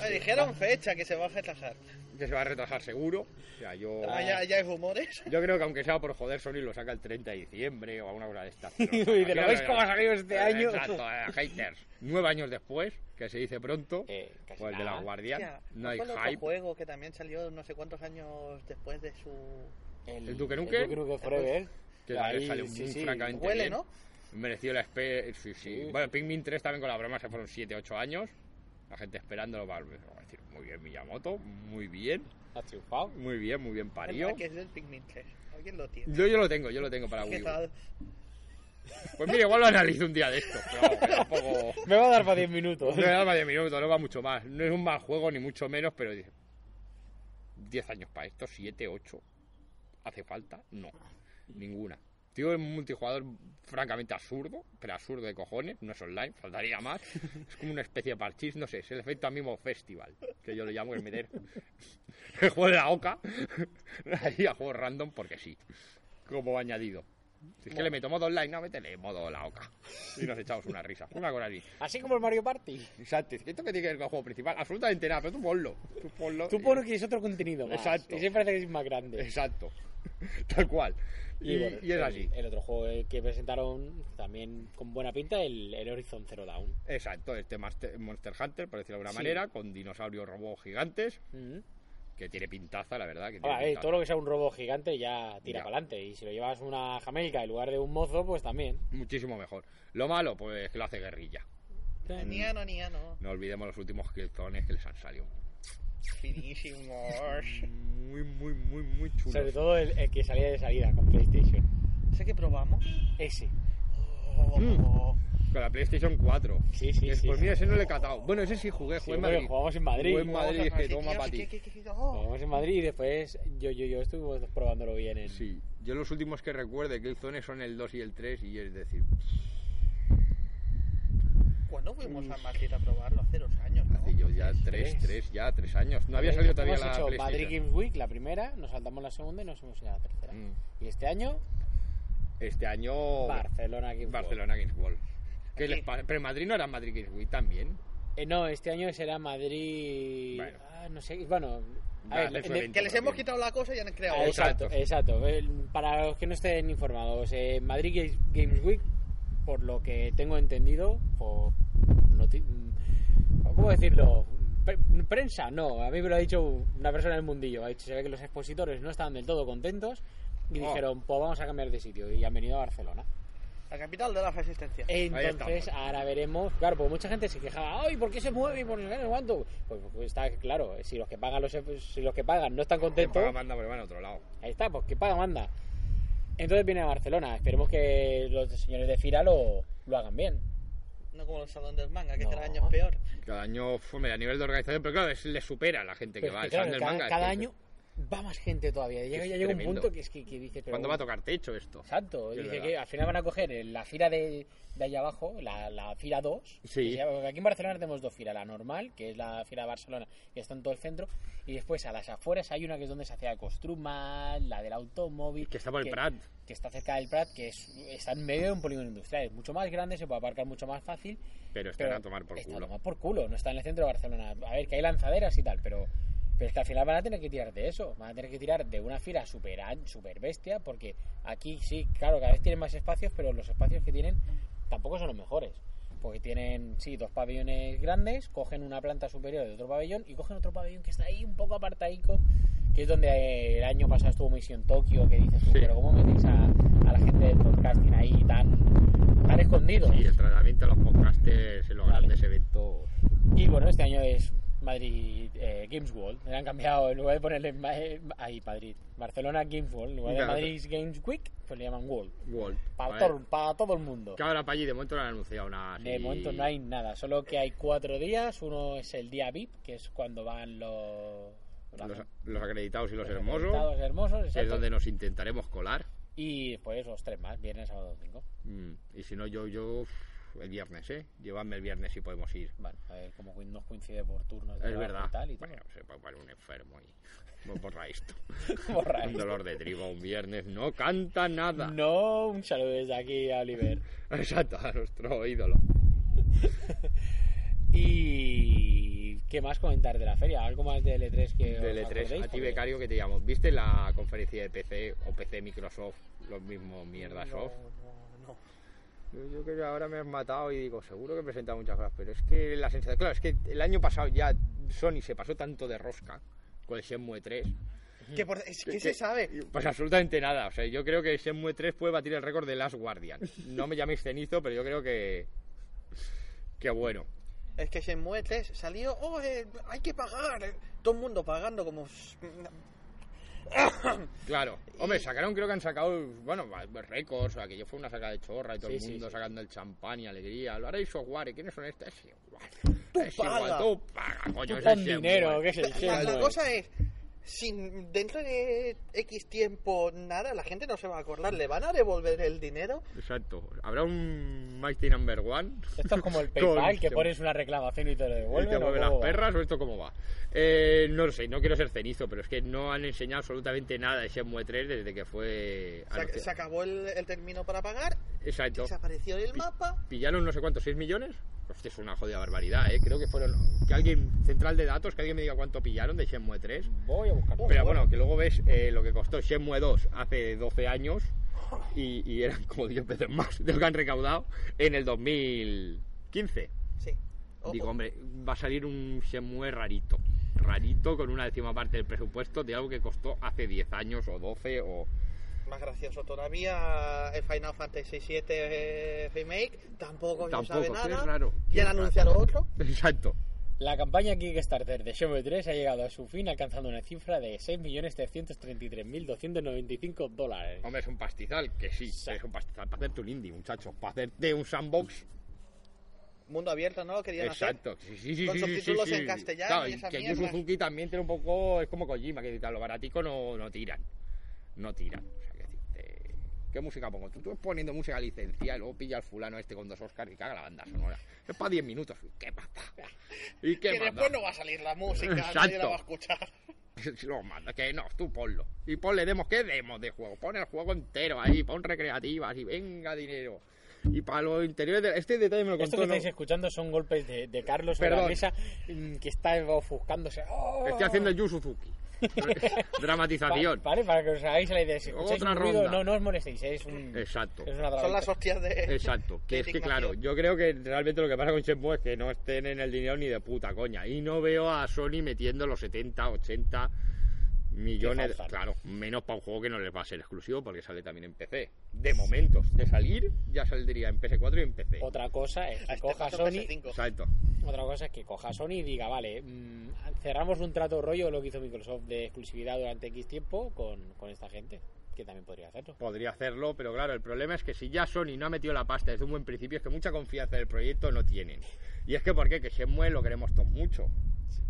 S5: Ah, dijeron fecha que se va a retrasar.
S1: que se va a retrasar seguro. O sea, yo,
S5: Ah, ya, ya hay rumores.
S1: yo creo que aunque sea por joder, Sony lo saca el 30 de diciembre o alguna cosa de estas.
S4: Y dice, ¿lo veis cómo ha salido este año?
S1: Exacto, eh, haters. Nueve años después, que se dice pronto,
S4: Eh, casi
S1: pues el de
S4: nada.
S1: Las Guardian.
S5: Hostia,
S1: No hay
S5: fue el otro
S1: hype.
S5: juego que también salió no sé cuántos años después de su...
S1: ¿El Duke Nukem? Pues,
S4: El Duke Nukem Forever.
S1: Que
S4: Ahí,
S1: también sale un
S4: sí,
S1: un
S4: sí.
S1: francamente
S5: Huele,
S1: bien.
S5: ¿no?
S1: Mereció la espera. Sí, sí.
S4: Sí.
S1: Bueno, Pikmin 3 también con la broma se fueron 7, 8 años. La gente esperándolo para vamos a decir, muy bien Miyamoto, muy bien,
S4: Ha triunfado.
S1: muy bien, muy bien parió.
S5: Ah, Que es del Pikmin 3. Alguien lo tiene.
S1: Yo, yo lo tengo, yo lo tengo para
S5: ¿Qué
S1: Wii U.
S5: tal?
S1: Pues mira, igual lo analizo un día de esto. Pero vamos, que tampoco...
S4: Me va a dar para 10 minutos.
S1: No da más de minutos, no va mucho más. No es un mal juego, ni mucho menos, pero dice... 10 años para esto, 7, 8. ¿Hace falta? No. Ninguna. Tío, es un multijugador francamente absurdo, pero absurdo de cojones. No es online, faltaría más. Es como una especie de parchís, no sé, es el efecto mismo festival, que yo lo llamo el meter el juego de la oca ahí a juego random porque sí, como añadido. Si es que le meto modo online, no, métele modo la oca. Y nos echamos una risa. Una cosa así.
S4: Así como el Mario Party.
S1: Exacto, dice, esto que tiene que ver con el juego principal, absolutamente nada, pero tú ponlo. Tú ponlo.
S4: Tú pones que es otro contenido más.
S1: Exacto.
S4: Y siempre parece que es más grande.
S1: Exacto, tal cual. Y,
S4: bueno,
S1: y es
S4: el-
S1: así.
S4: El, otro juego eh, que presentaron también con buena pinta, el, el Horizon Zero Dawn.
S1: Exacto, este Master- Monster Hunter, por decirlo de alguna
S4: Sí.
S1: manera, con dinosaurios robots gigantes,
S4: Ujú.
S1: que tiene pintaza, la verdad. Que tiene
S4: Ahora, eh,
S1: pintaza.
S4: todo lo que sea un robot gigante ya tira
S1: Ya.
S4: para adelante. Y si lo llevas una jamelca en lugar de un mozo, pues también.
S1: Muchísimo mejor. Lo malo, pues que lo hace guerrilla.
S5: Niano, niano.
S1: No olvidemos los últimos kiltones que les han salido.
S5: Finísimos.
S1: Muy, muy, muy, muy chulos.
S4: Sobre todo el, el que salía de salida con PlayStation.
S5: ¿Sé que probamos?
S4: Ese.
S5: Oh,
S1: con la PlayStation 4.
S4: Sí, sí,
S1: Pues
S4: sí.
S1: mira, ese no le he catado. Bueno, ese sí jugué,
S4: Sí,
S1: jugué en
S4: porque
S1: Madrid.
S4: jugamos en Madrid.
S1: Jugué en Madrid,
S5: Vamos a
S1: dije, toma
S5: Dios,
S1: para
S5: ¿qué-
S1: ti.
S5: qué- qué- qué- oh.
S4: Jugamos en Madrid y después yo, yo, yo estuve probándolo bien en...
S1: Sí, yo los últimos que recuerde que Killzone son el 2 y el 3 y es decir, pues,
S5: ¿Cuándo fuimos a Madrid a probarlo? Mm. Hace dos años, ¿no?
S1: hace yo ya 3,
S4: Tres.
S1: 3, ya 3 años. No había salido todavía
S4: Hemos
S1: la
S4: hecho Madrid
S1: PlayStation.
S4: Games Week, la primera, nos saltamos la segunda y nos hemos ido a la tercera.
S1: Mm.
S4: Y este año,
S1: Este año
S4: Barcelona Games Week.
S1: Barcelona Games World. ¿Qué
S5: Aquí.
S1: les pasa? Pero en Madrid no era Madrid Games Week también.
S4: Eh, no, este año será Madrid...
S1: Bueno.
S4: Ah, no sé, bueno...
S1: Ya, de su
S4: de-
S1: evento.
S5: Que les hemos quitado la cosa y han creado
S1: Ah,
S5: otra.
S4: Exacto,
S1: Exacto.
S4: exacto. El- Para los que no estén informados, eh, Madrid Games- Games Week, por lo que tengo entendido, por noti- ¿cómo decirlo? Pre- prensa, no. A mí me lo ha dicho una persona del mundillo. Ha dicho, se ve que los expositores no estaban del todo contentos y
S1: Oh.
S4: dijeron, pues vamos a cambiar de sitio y han venido a Barcelona.
S5: La capital de la resistencia.
S4: Entonces,
S1: estamos.
S4: ahora veremos. Claro, pues mucha gente se quejaba, ¡ay, por qué se mueve! y ¿Por qué no cuánto? Pues, pues está claro, si los que pagan los, si los que pagan no están
S1: Te
S4: contentos,
S1: paga manda, pero van a otro lado.
S4: Ahí está, pues que paga, manda. Entonces viene a Barcelona. Esperemos que los señores de Fira lo, lo hagan bien.
S5: No como el salón del manga, que
S4: No.
S5: cada año es peor.
S1: Cada año, fue a nivel de organización, pero claro, es- le supera a la gente que
S4: Pero
S1: va
S4: es
S1: al
S4: que, claro,
S1: Sandel
S4: cada,
S1: Manga.
S4: cada
S1: Es que-
S4: año va más gente todavía. Llega,
S1: Es
S4: ya llega un
S1: tremendo.
S4: punto que es que, que dices... Pero,
S1: ¿Cuándo va a tocar techo esto?
S4: Exacto.
S1: Sí, es
S4: Dice
S1: verdad.
S4: que al final van a coger la fila de, de allá abajo, la, la fila 2. que
S1: Sí.
S4: se llama- porque aquí en Barcelona tenemos dos filas. La normal, que es la fila de Barcelona, que está en todo el centro. Y después a las afueras hay una que es donde se hacía Costrumal, la del automóvil...
S1: Que está por el Prat.
S4: que está cerca del Prat, que es, está en medio de un polígono industrial, es mucho más grande, se puede aparcar mucho más fácil.
S1: Pero están a tomar por
S4: está a
S1: culo.
S4: tomar por culo, no está en el centro de Barcelona. A ver, que hay lanzaderas y tal, pero, pero es que al final van a tener que tirar de eso, van a tener que tirar de una fila super, an- super bestia, porque aquí sí, claro, cada vez tienen más espacios, pero los espacios que tienen tampoco son los mejores. Porque tienen, sí, dos pabellones grandes, cogen una planta superior de otro pabellón y cogen otro pabellón que está ahí un poco apartaico, que es donde eh, el año pasado estuvo Misión Tokio, que dices tú,
S1: Sí.
S4: pero ¿cómo metéis a, a la gente del podcasting ahí tan, tan escondido?
S1: Y el tratamiento de los podcasters en los
S4: Vale.
S1: grandes eventos.
S4: Y bueno, este año es Madrid eh, Games World. Le han cambiado, en lugar de ponerle ma- eh, ahí Madrid, Barcelona Games World, en lugar de
S1: Claro.
S4: Madrid Games Week, pues le llaman World.
S1: World.
S4: Para,
S1: Vale.
S4: todo, para todo el mundo.
S1: Que ahora para allí de momento no han anunciado nada.
S4: De
S1: sí.
S4: momento no hay nada, solo que hay cuatro días. Uno es el día VIP, que es cuando van los,
S1: Los, los acreditados y los,
S4: los
S1: hermosos,
S4: acreditados hermosos,
S1: que es
S4: exacto.
S1: donde nos intentaremos colar.
S4: Y después los tres más, viernes, sábado, domingo.
S1: Mm, Y si no, yo, yo uf, el viernes, ¿eh? Llévame el viernes si podemos ir.
S4: Bueno, a ver cómo coin- nos coincide por turnos. de
S1: Es
S4: trabajo
S1: verdad.
S4: Y tal y todo.
S1: bueno, se puede poner un enfermo y no borra esto.
S4: Borra
S1: un
S4: esto.
S1: dolor de trigo un viernes no canta nada.
S4: No, un saludo desde aquí a Oliver.
S1: Exacto, a nuestro ídolo.
S4: ¿Y qué más comentar de la feria? ¿Algo más de L3 que Eh, os
S1: Del E3,
S4: acordéis?
S1: a ti
S4: Porque
S1: becario que te llamo. ¿Viste la conferencia de PC o PC Microsoft? Los mismos mierdas
S5: No,
S1: soft.
S5: no, no.
S1: Yo, yo que ahora me has matado y digo, seguro que presenta muchas cosas, pero es que la sensación, claro, es que el año pasado ya Sony se pasó tanto de rosca con el Shenmue 3,
S5: Que por- es-
S1: Que-
S5: ¿Qué se
S1: que-
S5: sabe?
S1: pues absolutamente nada, o sea, yo creo que Shenmue 3 puede batir el récord de Last Guardian. No me llaméis cenizo, pero yo creo que que bueno.
S5: Es que Shenmue 3 salió, oh, eh, hay que pagar. eh, Todo el mundo pagando como... s-
S1: Claro, hombre, sacaron, creo que han sacado, bueno, va- récords, aquello fue una saca de chorra y todo el
S4: Sí, sí,
S1: mundo
S4: sí.
S1: sacando el champán y alegría. Lo haréis Software, ¿quiénes son estas? Es igual.
S5: Tú
S1: es igual,
S5: paga.
S1: tú paga, coño, es el
S4: Pon
S1: Shenmue. este.
S4: dinero, que es el
S5: La, la
S4: Shenmue.
S5: cosa es, si dentro de X tiempo nada, la gente no se va a acordar, ¿le van a devolver el dinero?
S1: Exacto. Habrá un Mighty Number One.
S4: Esto es como el
S1: Con-
S4: PayPal, que pones una reclamación y te lo
S1: ¿Y
S4: devuelven.
S1: te
S4: ¿o
S1: mueve ¿Este las
S4: cómo va?
S1: perras o esto cómo va? Eh, no lo sé, no quiero ser cenizo, pero es que no han enseñado absolutamente nada de Shenmue 3 desde que fue.
S5: Se, ac-
S1: anunciado.
S5: se acabó el, el término para pagar,
S1: Exacto.
S5: desapareció el
S1: Pi-
S5: mapa.
S1: pillaron no sé cuántos, 6 millones. Hostia, es una jodida barbaridad, ¿eh? Creo que fueron. Que alguien, central de datos, que alguien me diga cuánto pillaron de Shenmue 3.
S4: Voy a buscar.
S1: Pero bueno, que luego ves eh, lo que costó Shenmue 2 hace 12 años y, y eran como 10 veces más de lo que han recaudado en el 2015.
S5: Sí. Ojo.
S1: Digo, hombre, va a salir un Shenmue rarito. Rarito con una décima parte del presupuesto de algo que costó hace 10 años o 12 o...
S5: Más gracioso todavía, el Final Fantasy VII eh, Remake tampoco, se
S1: Tampoco,
S5: sabe
S1: sí,
S5: nada.
S1: es raro.
S5: Y han
S1: Es
S5: anunciado
S1: raro.
S5: otro.
S1: Exacto.
S4: La campaña Kickstarter de Shenmue 3 ha llegado a su fin alcanzando una cifra de 6.333.295 dólares.
S1: Hombre, es un pastizal, que sí, es un pastizal para hacerte un indie, muchachos. Para hacerte un sandbox,
S5: mundo abierto, ¿no? Lo querían
S1: Exacto, sí, sí, sí.
S5: Con
S1: sí, sí,
S5: subtítulos
S1: sí, sí.
S5: en castellano
S1: Claro,
S5: y esa
S1: que Yu
S5: mierda.
S1: Suzuki también tiene un poco. Es como Kojima, que dice, "A lo baratico no, no tiran. No tiran. O sea, que decirte, ¿Qué música pongo? Tú estás poniendo música licenciada y luego pilla al fulano este con dos Oscars y caga la banda sonora. Es para 10 minutos. ¿Y qué mata? ¿Y qué
S5: hacer. Que
S1: mata?
S5: después no va a salir la música, nadie la
S1: Exacto.
S5: va a escuchar.
S1: Si lo manda, que no, tú ponlo. Y ponle demos, ¿qué demos de juego? Pon el juego entero ahí, pon recreativas y venga dinero. Y para los interiores de... Este detalle me lo
S4: Esto
S1: contó...
S4: que
S1: ¿no?
S4: estáis escuchando son golpes de, de Carlos sobre
S1: Perdón.
S4: la mesa mm, que está ofuscándose. ¡Oh!
S1: Estoy haciendo el Yu Suzuki.
S4: Pa-
S1: Dramatización.
S4: Vale, para que os hagáis la idea. Si escucháis
S1: Otra
S4: un ruido,
S1: ronda.
S4: no, no os molestéis. Es, un,
S1: Exacto.
S4: es una
S5: Son
S4: trabaja.
S5: las hostias de.
S1: Exacto. Que
S5: de
S1: es que claro,
S5: indignación.
S1: yo creo que realmente lo que pasa con Shenmue es que no estén en el dinero ni de puta coña. Y no veo a Sony metiendo los 70, 80 millones...
S4: faltan.
S1: Claro, menos para un juego que no les va a ser exclusivo porque sale también en PC. De momentos, de salir, ya saldría en PS4 y en PC.
S4: Otra cosa es que
S5: Este
S4: coja
S5: paso
S4: Sony
S5: PS5.
S1: Exacto.
S4: Otra cosa es que coja Sony y diga, vale, mm, cerramos un trato rollo lo que hizo Microsoft de exclusividad durante X tiempo con, con esta gente, que también podría hacerlo.
S1: Podría hacerlo, pero claro, el problema es que si ya Sony no ha metido la pasta desde un buen principio, es que mucha confianza del proyecto no tienen. Y es que, ¿por qué? Que Shenmue lo queremos todos mucho.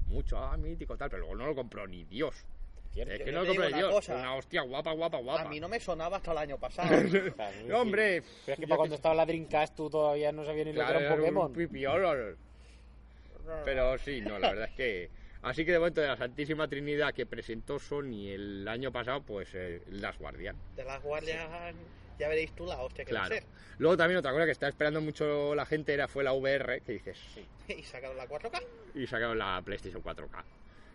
S1: Mucho, ah, mítico, tal, pero luego no lo compró ni Dios.
S4: ¿Cierto?
S1: Es
S5: Yo
S1: que
S5: te
S1: no lo
S5: digo
S1: compró ni
S5: una
S1: Dios.
S5: cosa.
S1: Una hostia guapa, guapa, guapa.
S5: A mí no me sonaba hasta el año pasado.
S4: O sea, sí, sí.
S1: Hombre,
S4: Pero es que
S1: yo
S4: para cuando
S1: que-
S4: estaba la Dreamcast tú todavía no sabías ni
S1: Claro,
S4: lo que era
S1: era
S4: un Pokémon.
S1: pipiolo. Pero sí, no, la verdad es que... Así que de momento de la Santísima Trinidad que presentó Sony el año pasado, pues eh, las guardian.
S5: De las guardias, ya veréis tú la hostia que va
S1: Claro.
S5: a ser.
S1: Luego también otra cosa que está esperando mucho la gente era fue la VR, que dices,
S5: Y sacaron la 4K.
S1: y sacaron la PlayStation 4K.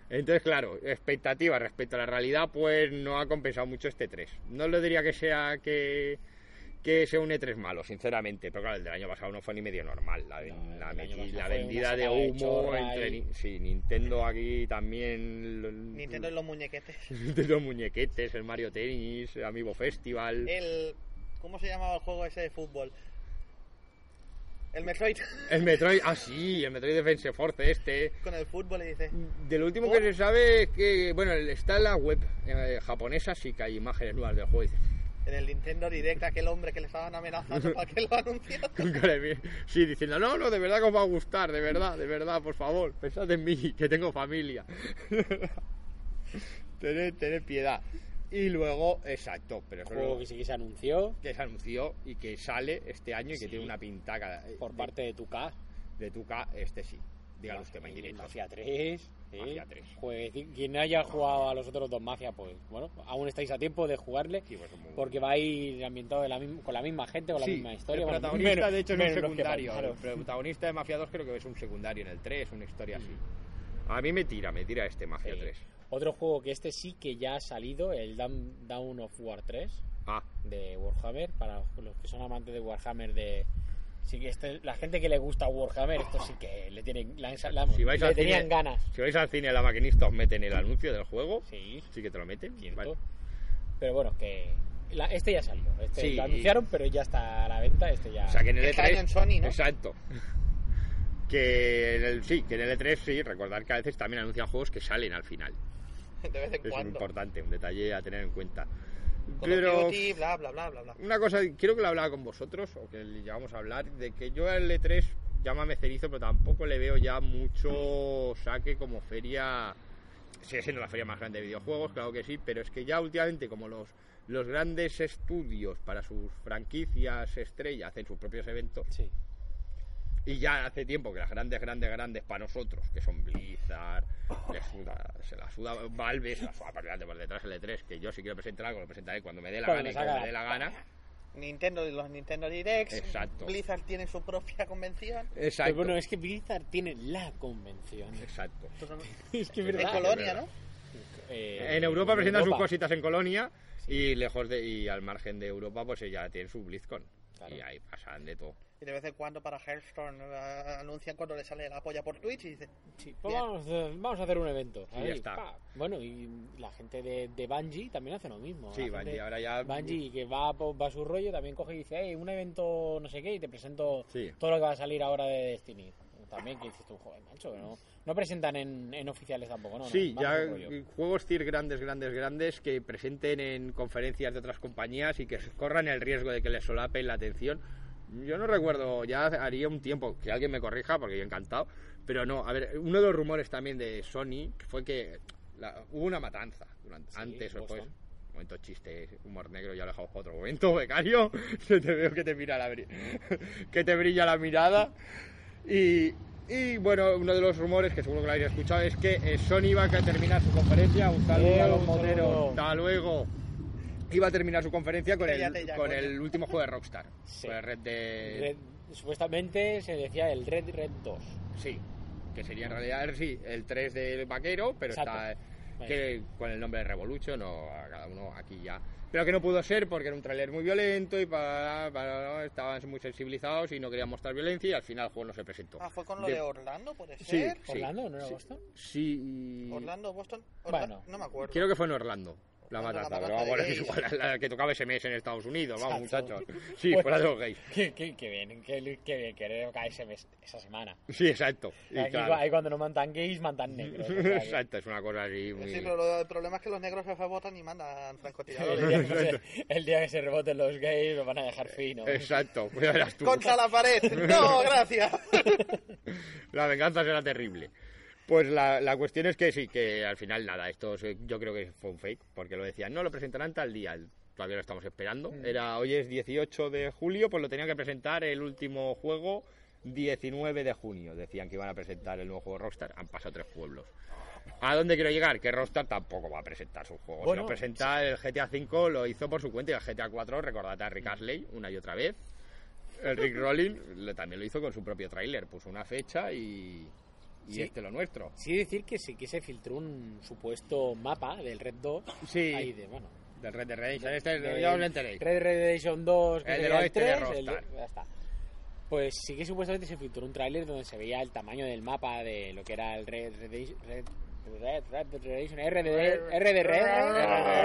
S1: Entonces, claro, expectativas respecto a la realidad, pues no ha compensado mucho este 3. No le diría que sea que, que sea un E3 malo, sinceramente, pero claro, el del año pasado no fue ni medio normal. La,
S4: No, el
S1: la
S4: del año
S1: meti-
S4: pasado
S1: la
S4: fue
S1: vendida
S4: una
S1: de
S4: sacada de
S1: humo
S4: chorra
S1: entre...
S4: y-
S1: ni- Sí, Nintendo aquí también... lo-
S4: Mm.
S5: Nintendo en los muñequetes.
S1: Nintendo muñequetes, el Mario Tennis, Amiibo Festival...
S4: Eh.
S5: El. ¿Cómo se llamaba el juego ese de fútbol? El Metroid.
S1: El Metroid, ah sí, el Metroid Defense Force este...
S5: Con el fútbol y dice.
S1: De lo último
S4: Oh.
S1: que se sabe es que, bueno, el- está en la web eh, japonesa, sí que hay imágenes nuevas del juego. Y dices,
S5: En el Nintendo Direct, aquel hombre que le estaban amenazando para que lo anunciara.
S1: con cara de mí- sí, diciendo, no, no, de verdad que os va a gustar, de verdad, de verdad, por favor, pensad en mí, que tengo familia. tened, tened piedad. Y luego, exacto, pero es
S4: Un juego que sí que se anunció
S1: que se anunció y que sale este año y que tiene una pintaca eh,
S4: por
S1: de-
S4: parte de Tuca.
S1: de Tuca, este sí. Dígalo usted, más directo.
S4: Mafia 3. ¿eh?
S1: Mafia 3.
S4: Pues, quien haya jugado a los otros dos Mafia, pues bueno, aún estáis a tiempo de jugarle.
S1: Sí, pues, como-
S4: Porque va a ir ambientado de la mim- con la misma gente, con la
S1: Sí,
S4: misma historia.
S1: El
S4: bueno,
S1: protagonista,
S4: menos-
S1: de hecho, es un
S4: menos los que
S1: secundario. El
S4: faltaron.
S1: protagonista de Mafia 2 creo que es un secundario en el 3, una historia así. A mí me tira, me tira este Mafia
S4: Mm. Sí.
S1: 3.
S4: Eh, Otro juego que este sí que ya ha salido, el Down, Down of War 3
S1: Ah,
S4: de Warhammer, para los que son amantes de Warhammer de sí que este- la gente que le gusta Warhammer, esto sí que le tienen la, la-
S1: Si vais
S4: le
S1: al
S4: tenían
S1: cine-
S4: ganas.
S1: si vais al cine, la maquinista os meten el anuncio del juego. Sí,
S4: Sí,
S1: que te lo meten.
S4: cierto.
S1: Vale.
S4: Pero bueno, que la- este ya salió, este
S1: Sí.
S4: lo anunciaron, pero ya está a la venta, este ya
S1: O sea que en el
S5: Está
S1: E3.
S5: en Sony, ¿no?
S1: Exacto. Que en el, sí, que en el E3 sí, recordar que a veces también anuncian juegos que salen al final.
S5: De vez en
S1: Es muy
S5: cuando.
S1: importante, un detalle a tener en cuenta.
S5: Call of
S1: Pero
S5: Duty, bla, bla, bla, bla, bla.
S1: Una cosa, quiero que lo hablaba con vosotros, o que le llegamos a hablar, de que yo al E3 ya me cerizo, pero tampoco le veo ya mucho saque como feria. Sigue siendo la feria más grande de videojuegos, claro que sí, pero es que ya últimamente, como los, los grandes estudios para sus franquicias estrella hacen sus propios eventos,
S4: Sí.
S1: y ya hace tiempo que las grandes, grandes, grandes para nosotros, que son Blizzard, le suda- se la suda Valve, se la suda por delante, por detrás el E3, que yo si quiero presentar algo lo presentaré cuando me dé la
S4: Cuando
S1: gana y
S4: me salga
S1: cuando me dé
S4: la-
S1: la gana.
S5: Nintendo y los Nintendo Directs.
S1: Exacto.
S5: Blizzard tiene su propia convención.
S4: Pero Pues
S1: Exacto.
S4: bueno, es que Blizzard tiene la convención.
S1: Exacto.
S4: es que es
S5: En
S4: verdad.
S5: Colonia, ¿no?
S4: Eh,
S1: En Europa presentan sus
S4: Europa.
S1: cositas en Colonia y lejos de y al margen de Europa pues ya tienen su BlizzCon. Y ahí pasan de todo.
S5: Y de vez en cuando para Hearthstone eh, anuncian cuando le sale la polla por Twitch y dice.
S4: Sí, pues vamos, eh, vamos a hacer un evento.
S1: Y ya
S4: Ahí,
S1: está.
S4: pa. Bueno, y la gente de, de Bungie también hace lo mismo.
S1: Sí,
S4: La gente-
S1: Bungie, ahora ya-
S4: Bungie, que va, po- va a su rollo, también coge y dice, hey, un evento no sé qué, y te presento
S1: Sí.
S4: todo lo que va a salir ahora de Destiny. También que dices tú, joder, macho, que no, no presentan en, en oficiales tampoco, ¿no? no,
S1: sí,
S4: van a
S1: ya
S4: su rollo.
S1: juegos TIR grandes, grandes, grandes que presenten en conferencias de otras compañías y que corran el riesgo de que les solapen la atención Yo no recuerdo, ya haría un tiempo que alguien me corrija, porque yo encantado. Pero no, a ver, uno de los rumores también de Sony fue que la- hubo una matanza durante, antes o después. Momento chiste, humor negro, ya lo dejamos para otro momento, becario. Yo te veo que te mira la bri- que te brilla la mirada. Y, y, bueno, uno de los rumores que seguro que lo habéis escuchado es que eh, Sony iba a terminar su conferencia. Un saludo
S4: Eh,
S1: a los
S4: un
S1: moderos.
S4: saludo.
S1: Hasta luego. Iba a terminar su conferencia con,
S5: Cállate
S1: el,
S5: ya,
S1: con
S5: coño.
S1: el último juego de Rockstar.
S4: Sí.
S1: Con el Red de.
S4: Red- supuestamente se decía el Red Red 2.
S1: Sí, que sería en realidad sí, el 3 del vaquero, pero
S4: Exacto.
S1: está eh, que con el nombre de Revolution o a cada uno aquí ya. Pero que no pudo ser porque era un tráiler muy violento y para, para- estaban muy sensibilizados y no querían mostrar violencia y al final el juego no se presentó.
S5: Ah, fue con lo
S1: De-
S5: de, Orlando, puede
S1: Sí,
S5: ser.
S1: sí,
S4: ¿Orlando? ¿No era
S1: sí,
S4: Boston?
S1: Sí.
S5: Orlando, Boston. Orla-
S4: Bueno.
S5: no me acuerdo.
S1: Creo que fue en Orlando. La
S5: Orlando,
S1: matanza,
S5: la
S1: pero
S5: matanza
S1: vamos,
S5: de
S1: es igual a la que tocaba SMS en Estados Unidos, vamos,
S4: Exacto.
S1: muchachos. Sí,
S4: Pues-
S1: fuera de los gays.
S4: Qué, qué, qué bien, qué, qué bien que era ese mes- esa semana.
S1: Sí, exacto. Y
S4: Aquí,
S1: claro.
S4: Ahí cuando no mandan gays, mandan negros. o sea que-
S1: Exacto, es una cosa así. Muy...
S5: Sí, pero lo- el problema es que los negros jefe votan y mandan
S4: El
S5: francotiradores.
S4: día, que se, el día que se reboten los gays lo van a dejar fino.
S1: Eh, Exacto, ya verás tú.
S5: ¡Contra la pared! ¡No, gracias!
S1: La venganza será terrible. Pues la, la cuestión es que sí, que al final nada, esto es- eh, yo creo que fue un fake, porque lo decían, no, lo presentarán tal día, todavía lo estamos esperando.
S4: Mm.
S1: Era Hoy es 18 de julio, pues lo tenían que presentar el último juego 19 de junio. Decían que iban a presentar el nuevo juego Rockstar, han pasado tres pueblos. ¿A dónde quiero llegar? Que Rockstar tampoco va a presentar sus juegos.
S4: Bueno,
S1: si lo presenta el GTA V, lo hizo por su cuenta, y el GTA 4, recordad a
S4: Mm.
S1: Rick Astley una y otra vez, el Rick Rolling lo- también lo hizo con su propio tráiler, puso una fecha y, y
S4: Sí.
S1: este lo nuestro.
S4: Sí decir que sí que se filtró un supuesto mapa del Red 2.
S1: Sí.
S4: Ahí de, bueno.
S1: Del Red Dead Redemption, este
S4: del
S1: ya os enteréis.
S4: Red Dead Redemption 2, que
S1: El del
S4: sería
S1: oeste de
S4: 3, el de-
S1: Rockstar.
S4: ya está. Pues sí que supuestamente se filtró un tráiler donde se veía el tamaño del mapa de lo que era el Red Red Red Red Red Dead Redemption, RDR,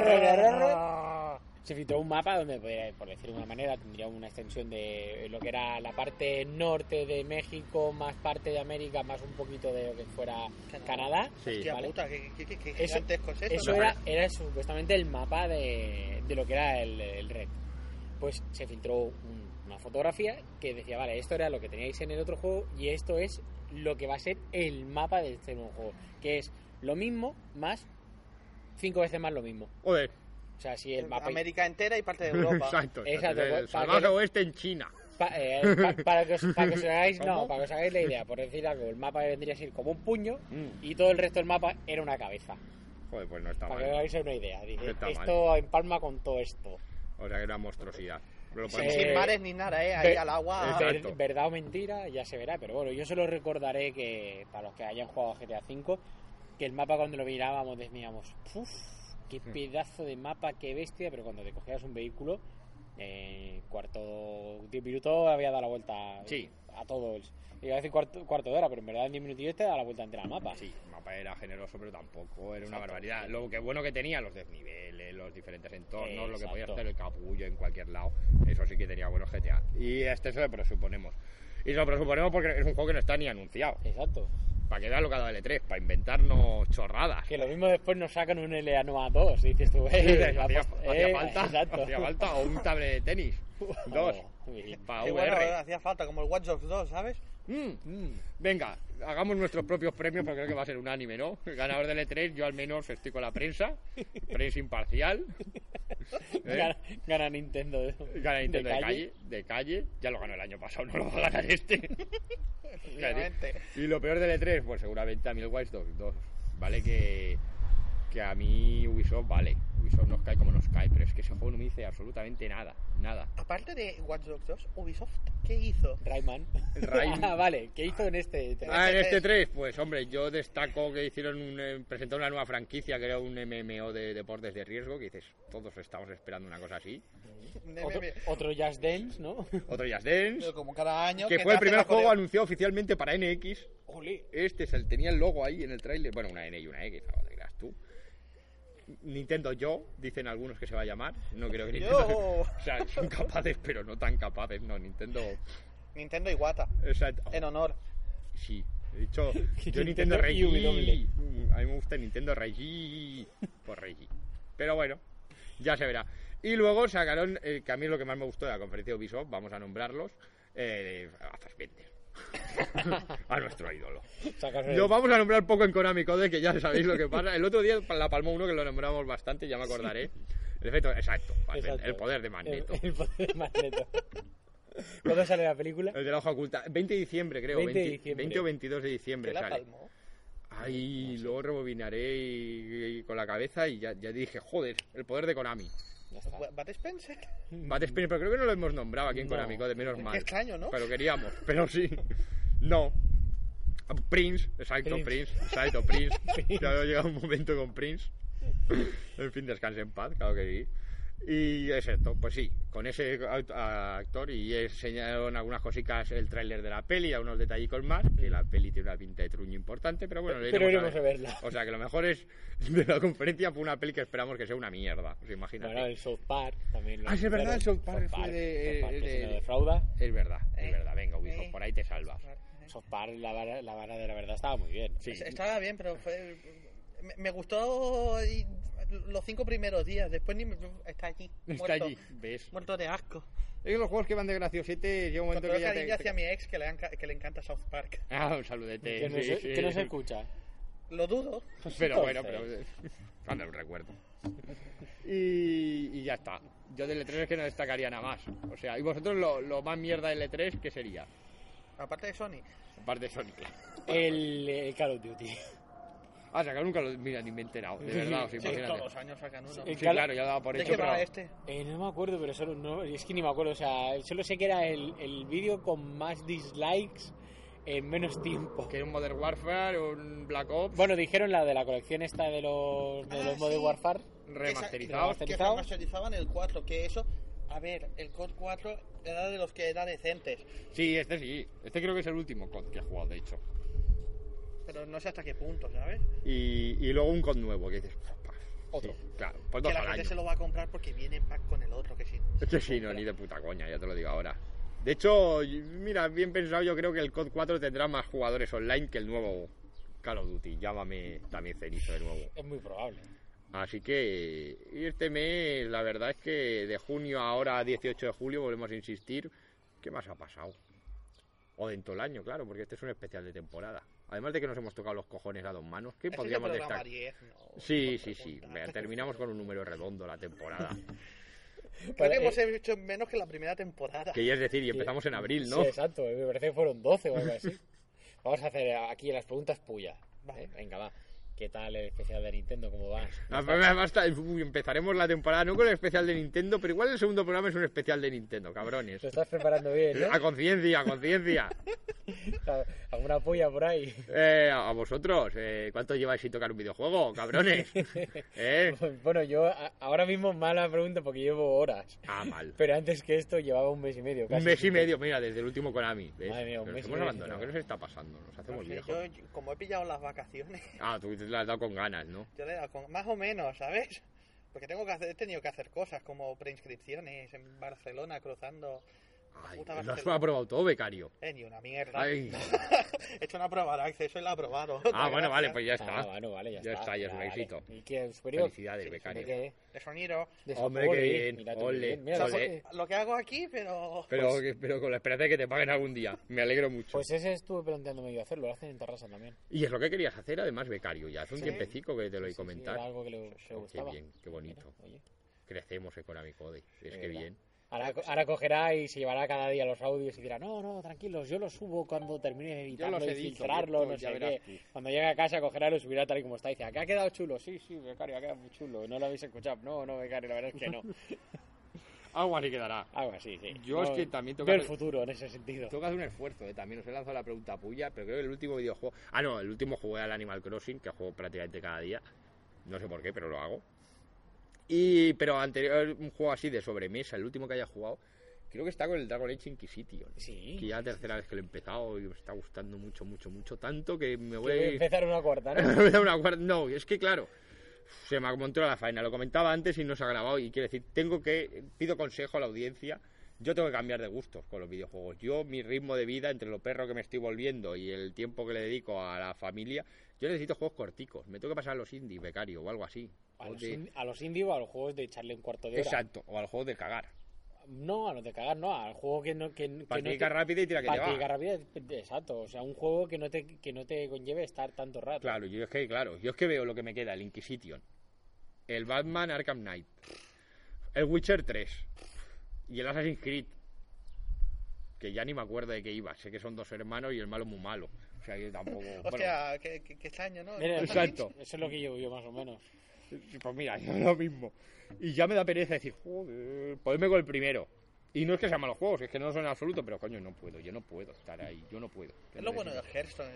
S4: RDR. Se filtró un mapa donde, podría- por decirlo de una manera, tendría una extensión de lo que era la parte norte de México, más parte de América, más un poquito de lo que fuera Canadá.
S1: Sí.
S5: Hostia
S4: Vale.
S5: puta, qué, qué- qué- qué
S4: Eso-
S5: gigantesco es eso.
S4: Eso
S5: ¿no?
S4: era, era supuestamente el mapa de, de lo que era el, el red. Pues se filtró un- una fotografía que decía, vale, esto era lo que teníais en el otro juego y esto es lo que va a ser el mapa de este nuevo juego. Que es lo mismo más cinco veces más lo mismo.
S1: Joder,
S4: O sea, si el mapa...
S5: América entera y parte de Europa.
S1: exacto.
S4: Exacto,
S1: El
S4: pues, para
S1: salvaje
S4: que-
S1: oeste en China.
S4: pa- eh, pa- para, que os, para que os hagáis, no,
S1: ¿Cómo?
S4: para que os hagáis la idea, por decir algo, el mapa vendría a ser como un puño y todo el resto del mapa era una cabeza.
S1: Joder, pues no está
S4: Para que os
S1: mal.
S4: hagáis una idea. Dice,
S1: Está mal.
S4: esto empalma con todo esto.
S1: O sea, que era monstruosidad. Pero lo
S4: Sí.
S1: podemos-
S5: Sin
S4: Eh,
S5: mares ni nada, ¿eh? Ahí
S4: ve-
S5: al agua.
S1: pues. Ah, Exacto.
S4: Ver- verdad o mentira, ya se verá, pero bueno, yo solo recordaré que para los que hayan jugado a GTA V, que el mapa cuando lo mirábamos decíamos, "Puf, qué
S1: Hmm.
S4: pedazo de mapa, qué bestia", pero cuando te cogías un vehículo, eh, cuarto, 10 minutos había dado la vuelta
S1: Sí.
S4: a todo. el- Iba a decir cuarto, cuarto de hora, pero en verdad en 10 minutillos te da la vuelta entera al mapa.
S1: Sí, el mapa era generoso, pero tampoco era una barbaridad. Lo que bueno que tenía, los desniveles, los diferentes entornos, lo que podía
S4: Exacto.
S1: hacer el capullo en cualquier lado, eso sí que tenía buenos GTA. Y este se lo presuponemos. Y se lo presuponemos porque es un juego que no está ni anunciado.
S4: Exacto.
S1: Para que da lo que ha dado L3, para inventarnos chorradas.
S4: Que lo mismo después nos sacan un LA 2, dices tú, eh,
S1: Hacía,
S4: la
S1: hacía
S4: posta- eh,
S1: falta,
S4: exacto.
S1: hacía falta, o un table de tenis. Dos.
S4: Sí.
S1: Para
S5: Que
S1: VR.
S5: bueno, hacía falta, como el Watch Dogs 2, ¿sabes?
S1: Mm. Venga, hagamos nuestros propios premios, pero creo que va a ser unánime, ¿no? El ganador del E3, yo al menos estoy con la prensa, prensa imparcial. ¿Eh?
S4: Gana, gana Nintendo de,
S1: Gana Nintendo
S4: de
S1: de calle. de calle, ya lo ganó el año pasado, no lo va a ganar este.
S5: Efectivamente.
S1: y lo peor del E3, pues seguramente a mí el Watch Dogs 2, ¿vale? Que, que a mí Ubisoft, vale, Ubisoft nos cae como nos cae, pero es que ese juego no me dice absolutamente nada, nada.
S5: Aparte de Watch Dogs 2, Ubisoft, ¿qué hizo?
S4: Rayman.
S1: Rayman.
S4: ah, vale, ¿qué hizo en este?
S1: Ah, en
S5: Este
S1: este 3, pues hombre, yo destaco que hicieron un, eh, presentaron una nueva franquicia que era un MMO de deportes de riesgo, que dices, todos estamos esperando una cosa así.
S4: Otro, otro Just Dance, ¿no?
S1: Otro Just Dance,
S5: Como cada año.
S1: que
S5: te
S1: fue el
S5: hacen
S1: primer
S5: la
S1: juego
S5: coreo-
S1: anunciado oficialmente para NX.
S4: Juli.
S1: Este es el, tenía el logo ahí en el tráiler, bueno, una N y una X, no te creas tú. Nintendo Yo, dicen algunos que se va a llamar. No creo que Nintendo.
S5: Yo.
S1: O sea, son capaces, pero no tan capaces, no. Nintendo.
S5: Nintendo Iwata,
S1: Exacto.
S5: en honor.
S1: Sí, he dicho
S4: Nintendo
S1: yo Nintendo Reggie.
S4: IW.
S1: Mm, A mí me gusta Nintendo Reggie por Reggie. Pero bueno, ya se verá. Y luego sacaron, eh, que a mí es lo que más me gustó de la conferencia de Ubisoft, vamos a nombrarlos, eh, a Fassbender. a nuestro ídolo.
S4: Sacas el-
S1: Lo vamos a nombrar poco en Konami Code, que ya sabéis lo que pasa. El otro día la palmó uno que lo nombramos bastante, ya me acordaré. El efecto, exacto, Fassbender,
S4: Exacto.
S1: el poder de Magneto.
S4: El, el poder de Magneto. ¿Cuándo sale la película?
S1: El de la hoja oculta. 20 de diciembre, creo.
S4: 20
S1: 20,
S4: de diciembre.
S1: 20 o 22 de diciembre
S5: ¿Qué la
S1: sale.
S5: palmó?
S1: Ay, luego rebobinaré y, y con la cabeza y ya, ya dije, joder, el poder de Konami.
S5: ¿Bud Spencer?
S1: Bad Spin, pero creo que no lo hemos nombrado aquí en
S4: No.
S1: Konami, de menos mal.
S5: extraño, ¿no?
S1: Pero queríamos, pero sí. No. Prince, exacto,
S4: Prince.
S1: Prince, exacto, Prince. Ya ha llegado un momento con Prince. en fin, descanse en paz, claro que sí. Y exacto, pues sí, con ese aut- a- actor y enseñaron algunas cositas el tráiler de la peli, algunos detallitos más, que la peli tiene una pinta de truño importante, pero bueno, lo
S4: Pero iremos a
S1: ver.
S4: verla.
S1: O sea, que lo mejor es de la conferencia fue una peli que esperamos que sea una mierda, os imagináis.
S4: Bueno, el South Park también lo
S1: Ah, sí, es verdad,
S4: nombraron.
S1: el South Park fue de-
S4: South Park, que
S1: de-
S4: si no defrauda.
S1: Es verdad, es
S5: Eh,
S1: verdad. Venga, Ubisoft,
S5: eh.
S1: por ahí te salvas.
S4: South Park, la vara, la vara de la verdad estaba muy bien.
S1: Sí.
S5: Estaba bien, pero fue... me, me gustó y- los cinco primeros días. Después ni me- está allí.
S1: Está
S5: muerto,
S1: allí, ves.
S5: Muerto de asco.
S1: Es que los juegos que van de graciosete, llega un
S5: Con
S1: momento
S5: todo
S1: que
S5: el
S1: ya
S5: cariño
S1: te...
S5: hacia mi ex que le, enca- que le encanta South Park.
S1: Ah, un saludete.
S4: Que no,
S1: sí,
S4: se,
S1: sí,
S4: que no se
S1: sí.
S4: escucha.
S5: Lo dudo.
S1: Pero bueno, pero...
S4: Entonces.
S1: Anda, un recuerdo. Y, y ya está. Yo del E3 es que no destacaría nada más. O sea, ¿y vosotros lo, lo más mierda del E3 qué sería?
S5: Aparte de Sony.
S1: Aparte de Sonic.
S4: El, eh, el Call of Duty.
S1: Ah, sacar nunca lo... Mira, ni me he enterado. De verdad, os
S4: Sí,
S1: Ah, imagínate.
S5: Todos los años sacan uno.
S4: El
S1: Sí,
S4: Call-
S1: claro, ya lo daba por
S5: ¿De
S1: hecho,
S5: qué va
S1: pero...
S5: este?
S4: Eh, no me acuerdo, pero solo. No, es que ni me acuerdo. O sea, solo sé que era el, el vídeo con más dislikes en menos tiempo.
S1: Que un Modern Warfare, un Black Ops
S4: Bueno, dijeron la de la colección esta de los, de
S5: Ah,
S4: los Modern
S5: sí.
S4: Warfare.
S1: remasterizado.
S4: remaster-
S5: Que
S4: ¿Remasterizado?
S5: remasterizaban el 4, que eso... A ver, el COD 4 era de los que era decentes,
S1: Sí, este sí. Este creo que es el último COD que he jugado, de hecho.
S5: pero no sé hasta qué punto, ¿sabes?
S1: y, y luego un con nuevo que dices "Pa".
S4: Otro.
S1: Sí, claro pues
S5: Que
S1: dos
S5: la
S1: al
S5: gente
S1: año
S5: se lo va a comprar porque viene en pack con el otro, que sí.
S1: es que sí no ni de puta coña ya te lo digo ahora de hecho y- mira bien pensado yo creo que el COD 4 tendrá más jugadores online que el nuevo Call of Duty llámame también cenizo de nuevo
S4: Es muy probable.
S1: así que y este mes la verdad es que de junio a ahora a 18 de julio volvemos a insistir ¿qué más ha pasado? o dentro del año claro porque este es un especial de temporada además de que nos hemos tocado los cojones a dos manos ¿qué
S5: Ese es el
S1: podríamos
S5: programa
S1: destacar?
S5: 10, ¿no?
S1: Sí,
S5: No
S1: sí, sí.
S5: pregunta.
S1: Vea, Terminamos con un número redondo la temporada.
S5: Creo que hemos hecho menos que la primera temporada.
S1: Eh, Que ya es decir, y empezamos en abril, ¿no?
S4: Sí, exacto. Me parece que fueron 12 o algo así. Vamos a hacer aquí las preguntas puya.
S5: Vale.
S4: ¿eh? Venga, va. ¿Qué tal el especial de Nintendo? ¿Cómo vas?
S1: Ah, pero además está- uy, empezaremos la temporada no con el especial de Nintendo, pero igual el segundo programa es un especial de Nintendo, cabrones.
S4: ¿Lo estás preparando bien, eh? no?
S1: A conciencia, a conciencia.
S4: ¿Alguna polla por ahí?
S1: Eh, a vosotros, eh, ¿cuánto lleváis sin tocar un videojuego, cabrones? ¿Eh?
S4: Bueno, yo a- ahora mismo mala pregunta porque llevo horas.
S1: Ah, mal.
S4: Pero antes que esto llevaba un mes y medio. Casi.
S1: Un mes y medio, mira, desde el último Konami. ¿ves?
S4: Madre mía, un
S1: Nos
S4: mes y
S1: hemos
S4: medio.
S1: abandonado, ¿qué nos está pasando? Nos
S5: No
S1: hacemos
S5: sé,
S1: viejos.
S5: yo, yo- como he pillado las vacaciones,
S1: Ah, tú te la has dado con ganas, ¿no?
S5: yo le he dado con- más o menos, ¿sabes? Porque tengo que hacer- he tenido que hacer cosas como preinscripciones en Barcelona, cruzando.
S1: Ay,
S5: Puta
S1: lo has
S5: Barcelona.
S1: aprobado todo, becario.
S5: Eh, ni una mierda.
S1: Ay.
S5: he hecho una prueba al acceso y la aprobaron.
S1: Ah, bueno, vale, pues ya está.
S4: Ah, bueno, vale, ya,
S1: Ya está, ya es un
S4: vale.
S1: éxito.
S4: ¿Y qué, el superior?
S1: Felicidades, becario.
S4: ¿De qué?
S1: pues.
S5: De sonido.
S4: De-
S1: Hombre, qué
S4: Ole,
S1: bien,
S4: mira tú,
S1: ole,
S4: bien. Mira,
S1: ole.
S4: pues, eh,
S5: Lo que hago aquí, pero.
S1: Pero, que- pero con la esperanza de que te paguen algún día. Me alegro mucho.
S4: Pues ese estuve planteándome yo hacerlo, lo hacen en Tarrasa también.
S1: y es lo que querías hacer, además, becario. Ya hace un tiempecico que te lo he
S4: Sí, sí, era
S1: comentado.
S4: algo que le, que le
S1: qué
S4: gustaba.
S1: bien, qué bonito.
S4: Mira, oye,
S1: Crecemos eh, económico hoy. Es que
S4: verdad.
S1: bien.
S4: Ahora, ahora cogerá y se llevará cada día los audios y dirá, no, no, tranquilos, yo los subo cuando termine de editarlo
S1: los
S4: y
S1: edito,
S4: filtrarlo,
S1: yo-
S4: no
S1: ya
S4: sé
S1: verás
S4: qué. Cuando llegue a casa cogerá y lo subirá tal y como está. Y dice, ¿a qué ha quedado chulo? Sí, sí, becario, ha quedado muy chulo. ¿No lo habéis escuchado? No, no, becario, la verdad es que no.
S1: Algo así quedará.
S4: Algo así, sí.
S1: Yo es que también tengo
S4: Veo
S1: que-
S4: el futuro en ese sentido.
S1: Tengo que hacer un esfuerzo, eh, también os he lanzado la pregunta puya, pero creo que el último videojuego... Ah, no, el último jugué al Animal Crossing, que juego prácticamente cada día. No sé por qué, pero lo hago. Y, pero anterior, un juego así de sobremesa, el último que haya jugado, creo que está con el Dragon Age Inquisition.
S4: Sí.
S1: Que ya la tercera vez que lo he empezado y me está gustando mucho, mucho, mucho, tanto que me voy
S4: Que voy a
S1: a ir-
S4: empezar una cuarta, ¿no?
S1: Me da una guarda- No, es que claro, se me ha montado la faena. Lo comentaba antes y no se ha grabado. Y quiero decir, tengo que. Pido consejo a la audiencia Yo tengo que cambiar de gustos con los videojuegos. Yo, mi ritmo de vida, entre lo perro que me estoy volviendo y el tiempo que le dedico a la familia, yo necesito juegos corticos. Me tengo que pasar a los indies, becario, o algo así.
S4: A
S1: O
S4: los,
S1: de-
S4: in- a los indies o a los juegos de echarle un cuarto de hora.
S1: Exacto, o al juego de cagar.
S4: No, a los de cagar, no, al juego que no. Que, que
S1: Partida
S4: no te-
S1: rápida y tira que te va.
S4: Partida rápida, exacto. O sea, un juego que no te, que no te conlleve estar tanto rato.
S1: Claro, yo es que, claro, yo es que veo lo que me queda, el Inquisition, el Batman Arkham Knight, el Witcher 3 y el Assassin's Creed, que ya ni me acuerdo de qué iba, sé que son dos hermanos y el malo es muy malo, o sea, que tampoco... bueno,
S5: Hostia, qué, qué- qué extraño, ¿no?
S4: Mira,
S1: Exacto.
S4: Eso es lo que llevo yo más o menos.
S1: pues mira, yo lo mismo. Y ya me da pereza decir, joder, ponerme con el primero. Y no es que sean malos juegos, es que no lo son en absoluto, pero coño, no puedo, yo no puedo estar ahí, yo no puedo.
S5: Es lo bueno del Hearthstone.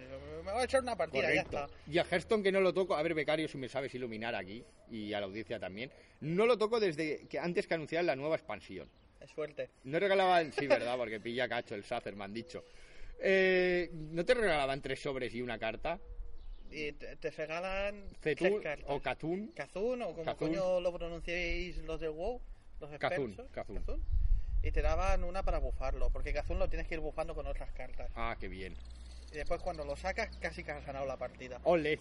S5: Me voy a echar una partida, ya
S1: Correcto.
S5: está.
S1: Y a Hearthstone que no lo toco, a ver Becario si me sabes iluminar aquí y a la audiencia también. No lo toco desde que antes que anunciaran la nueva expansión.
S5: Es suerte.
S1: No regalaban, sí, verdad, porque pilla cacho el Sacer, me han dicho. Eh, ¿No te regalaban tres sobres y una carta?
S5: Y te, te regalan.
S1: Cetun
S5: tres cartas.
S1: o Catún.
S5: Kazun, o como
S1: Kazun.
S5: coño lo pronunciéis los del WoW, los
S1: Kazun,
S5: expertos. ¿eh?
S1: Kazun.
S5: Y te daban una para bufarlo, porque Kazun lo tienes que ir bufando con otras cartas.
S1: Ah, qué bien.
S5: Y después cuando lo sacas, casi que has ganado la partida.
S1: Ole.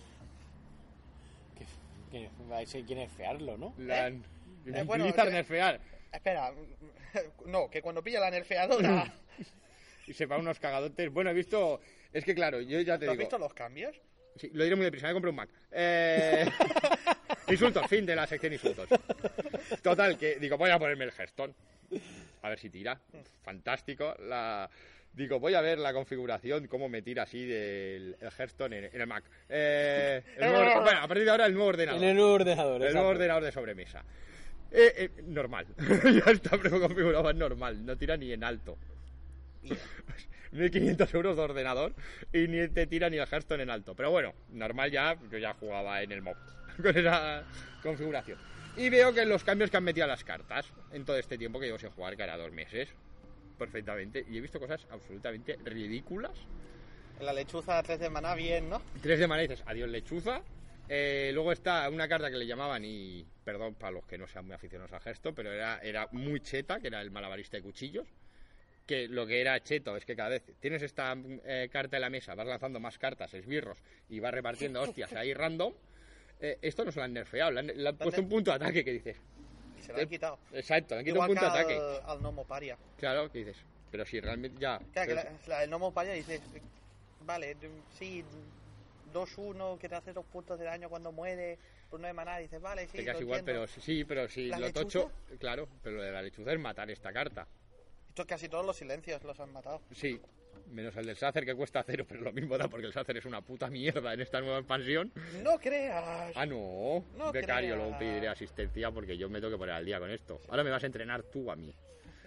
S4: Que, que ahí se quiere fearlo, ¿no?
S1: La...
S5: Eh, bueno,
S1: Blizzard
S5: eh,
S1: nerfear.
S5: Espera, no, que cuando pilla la nerfeadora...
S1: Y se va unos cagadotes. Bueno, he visto... Es que claro, yo ya te
S5: ¿Lo has
S1: digo...
S5: visto los cambios?
S1: Sí, lo diré muy deprisa, me compré un Mac. Eh, insultos, fin de la sección insultos. Total, que digo, voy a ponerme el gestón. A ver si tira. Fantástico. La... Digo, voy a ver la configuración, cómo me tira así del el Hearthstone en, en el Mac. Eh, el nuevo- bueno, a partir de ahora el nuevo ordenador.
S4: En el nuevo ordenador.
S1: El nuevo
S4: exacto.
S1: ordenador de sobremesa. Eh, eh, normal. ya está preconfigurado es normal. No tira ni en alto. 1500 euros de ordenador y ni te tira ni el Hearthstone en alto. Pero bueno, normal ya, yo ya jugaba en el MOB con esa configuración. Y veo que los cambios que han metido a las cartas en todo este tiempo que llevo sin jugar, que era dos meses, perfectamente. Y he visto cosas absolutamente ridículas
S5: La lechuza 3 de maná, bien, ¿no?
S1: Tres de maná dices, adiós lechuza. Eh, luego está una carta que le llamaban, y perdón para los que no sean muy aficionados a gesto, pero era, era muy cheta, que era el malabarista de cuchillos. Que lo que era cheto es que cada vez tienes esta eh, carta en la mesa, vas lanzando más cartas, esbirros, y vas repartiendo hostias ahí random. Eh, esto no se lo han nerfeado, le han, le han puesto un punto de ataque que dices.
S5: Y se lo han quitado.
S1: Exacto, le han quitado
S5: Igual
S1: un punto de
S5: que
S1: ataque.
S5: al, al gnomo paria.
S1: Claro, que dices. Pero si realmente ya.
S5: Claro, que la, la- el gnomo paria dice, vale, sí, 2-1, que te hace dos puntos de daño cuando muere, por no de maná, dices, vale, sí,
S1: te quedas
S5: lo
S1: igual,
S5: entiendo.
S1: pero sí, sí, pero si
S5: ¿La
S1: lo
S5: lechuza?
S1: tocho. Claro, pero lo de la lechuza es matar esta carta.
S5: Esto casi todos los silencios los han matado.
S1: Sí, menos el del Sacer que cuesta cero, pero lo mismo da porque el Sacer es una puta mierda en esta nueva expansión.
S5: No creas.
S1: Ah, no,
S5: No
S1: becario,
S5: creas.
S1: luego pediré asistencia porque yo me tengo que poner al día con esto. Ahora me vas a entrenar tú a mí.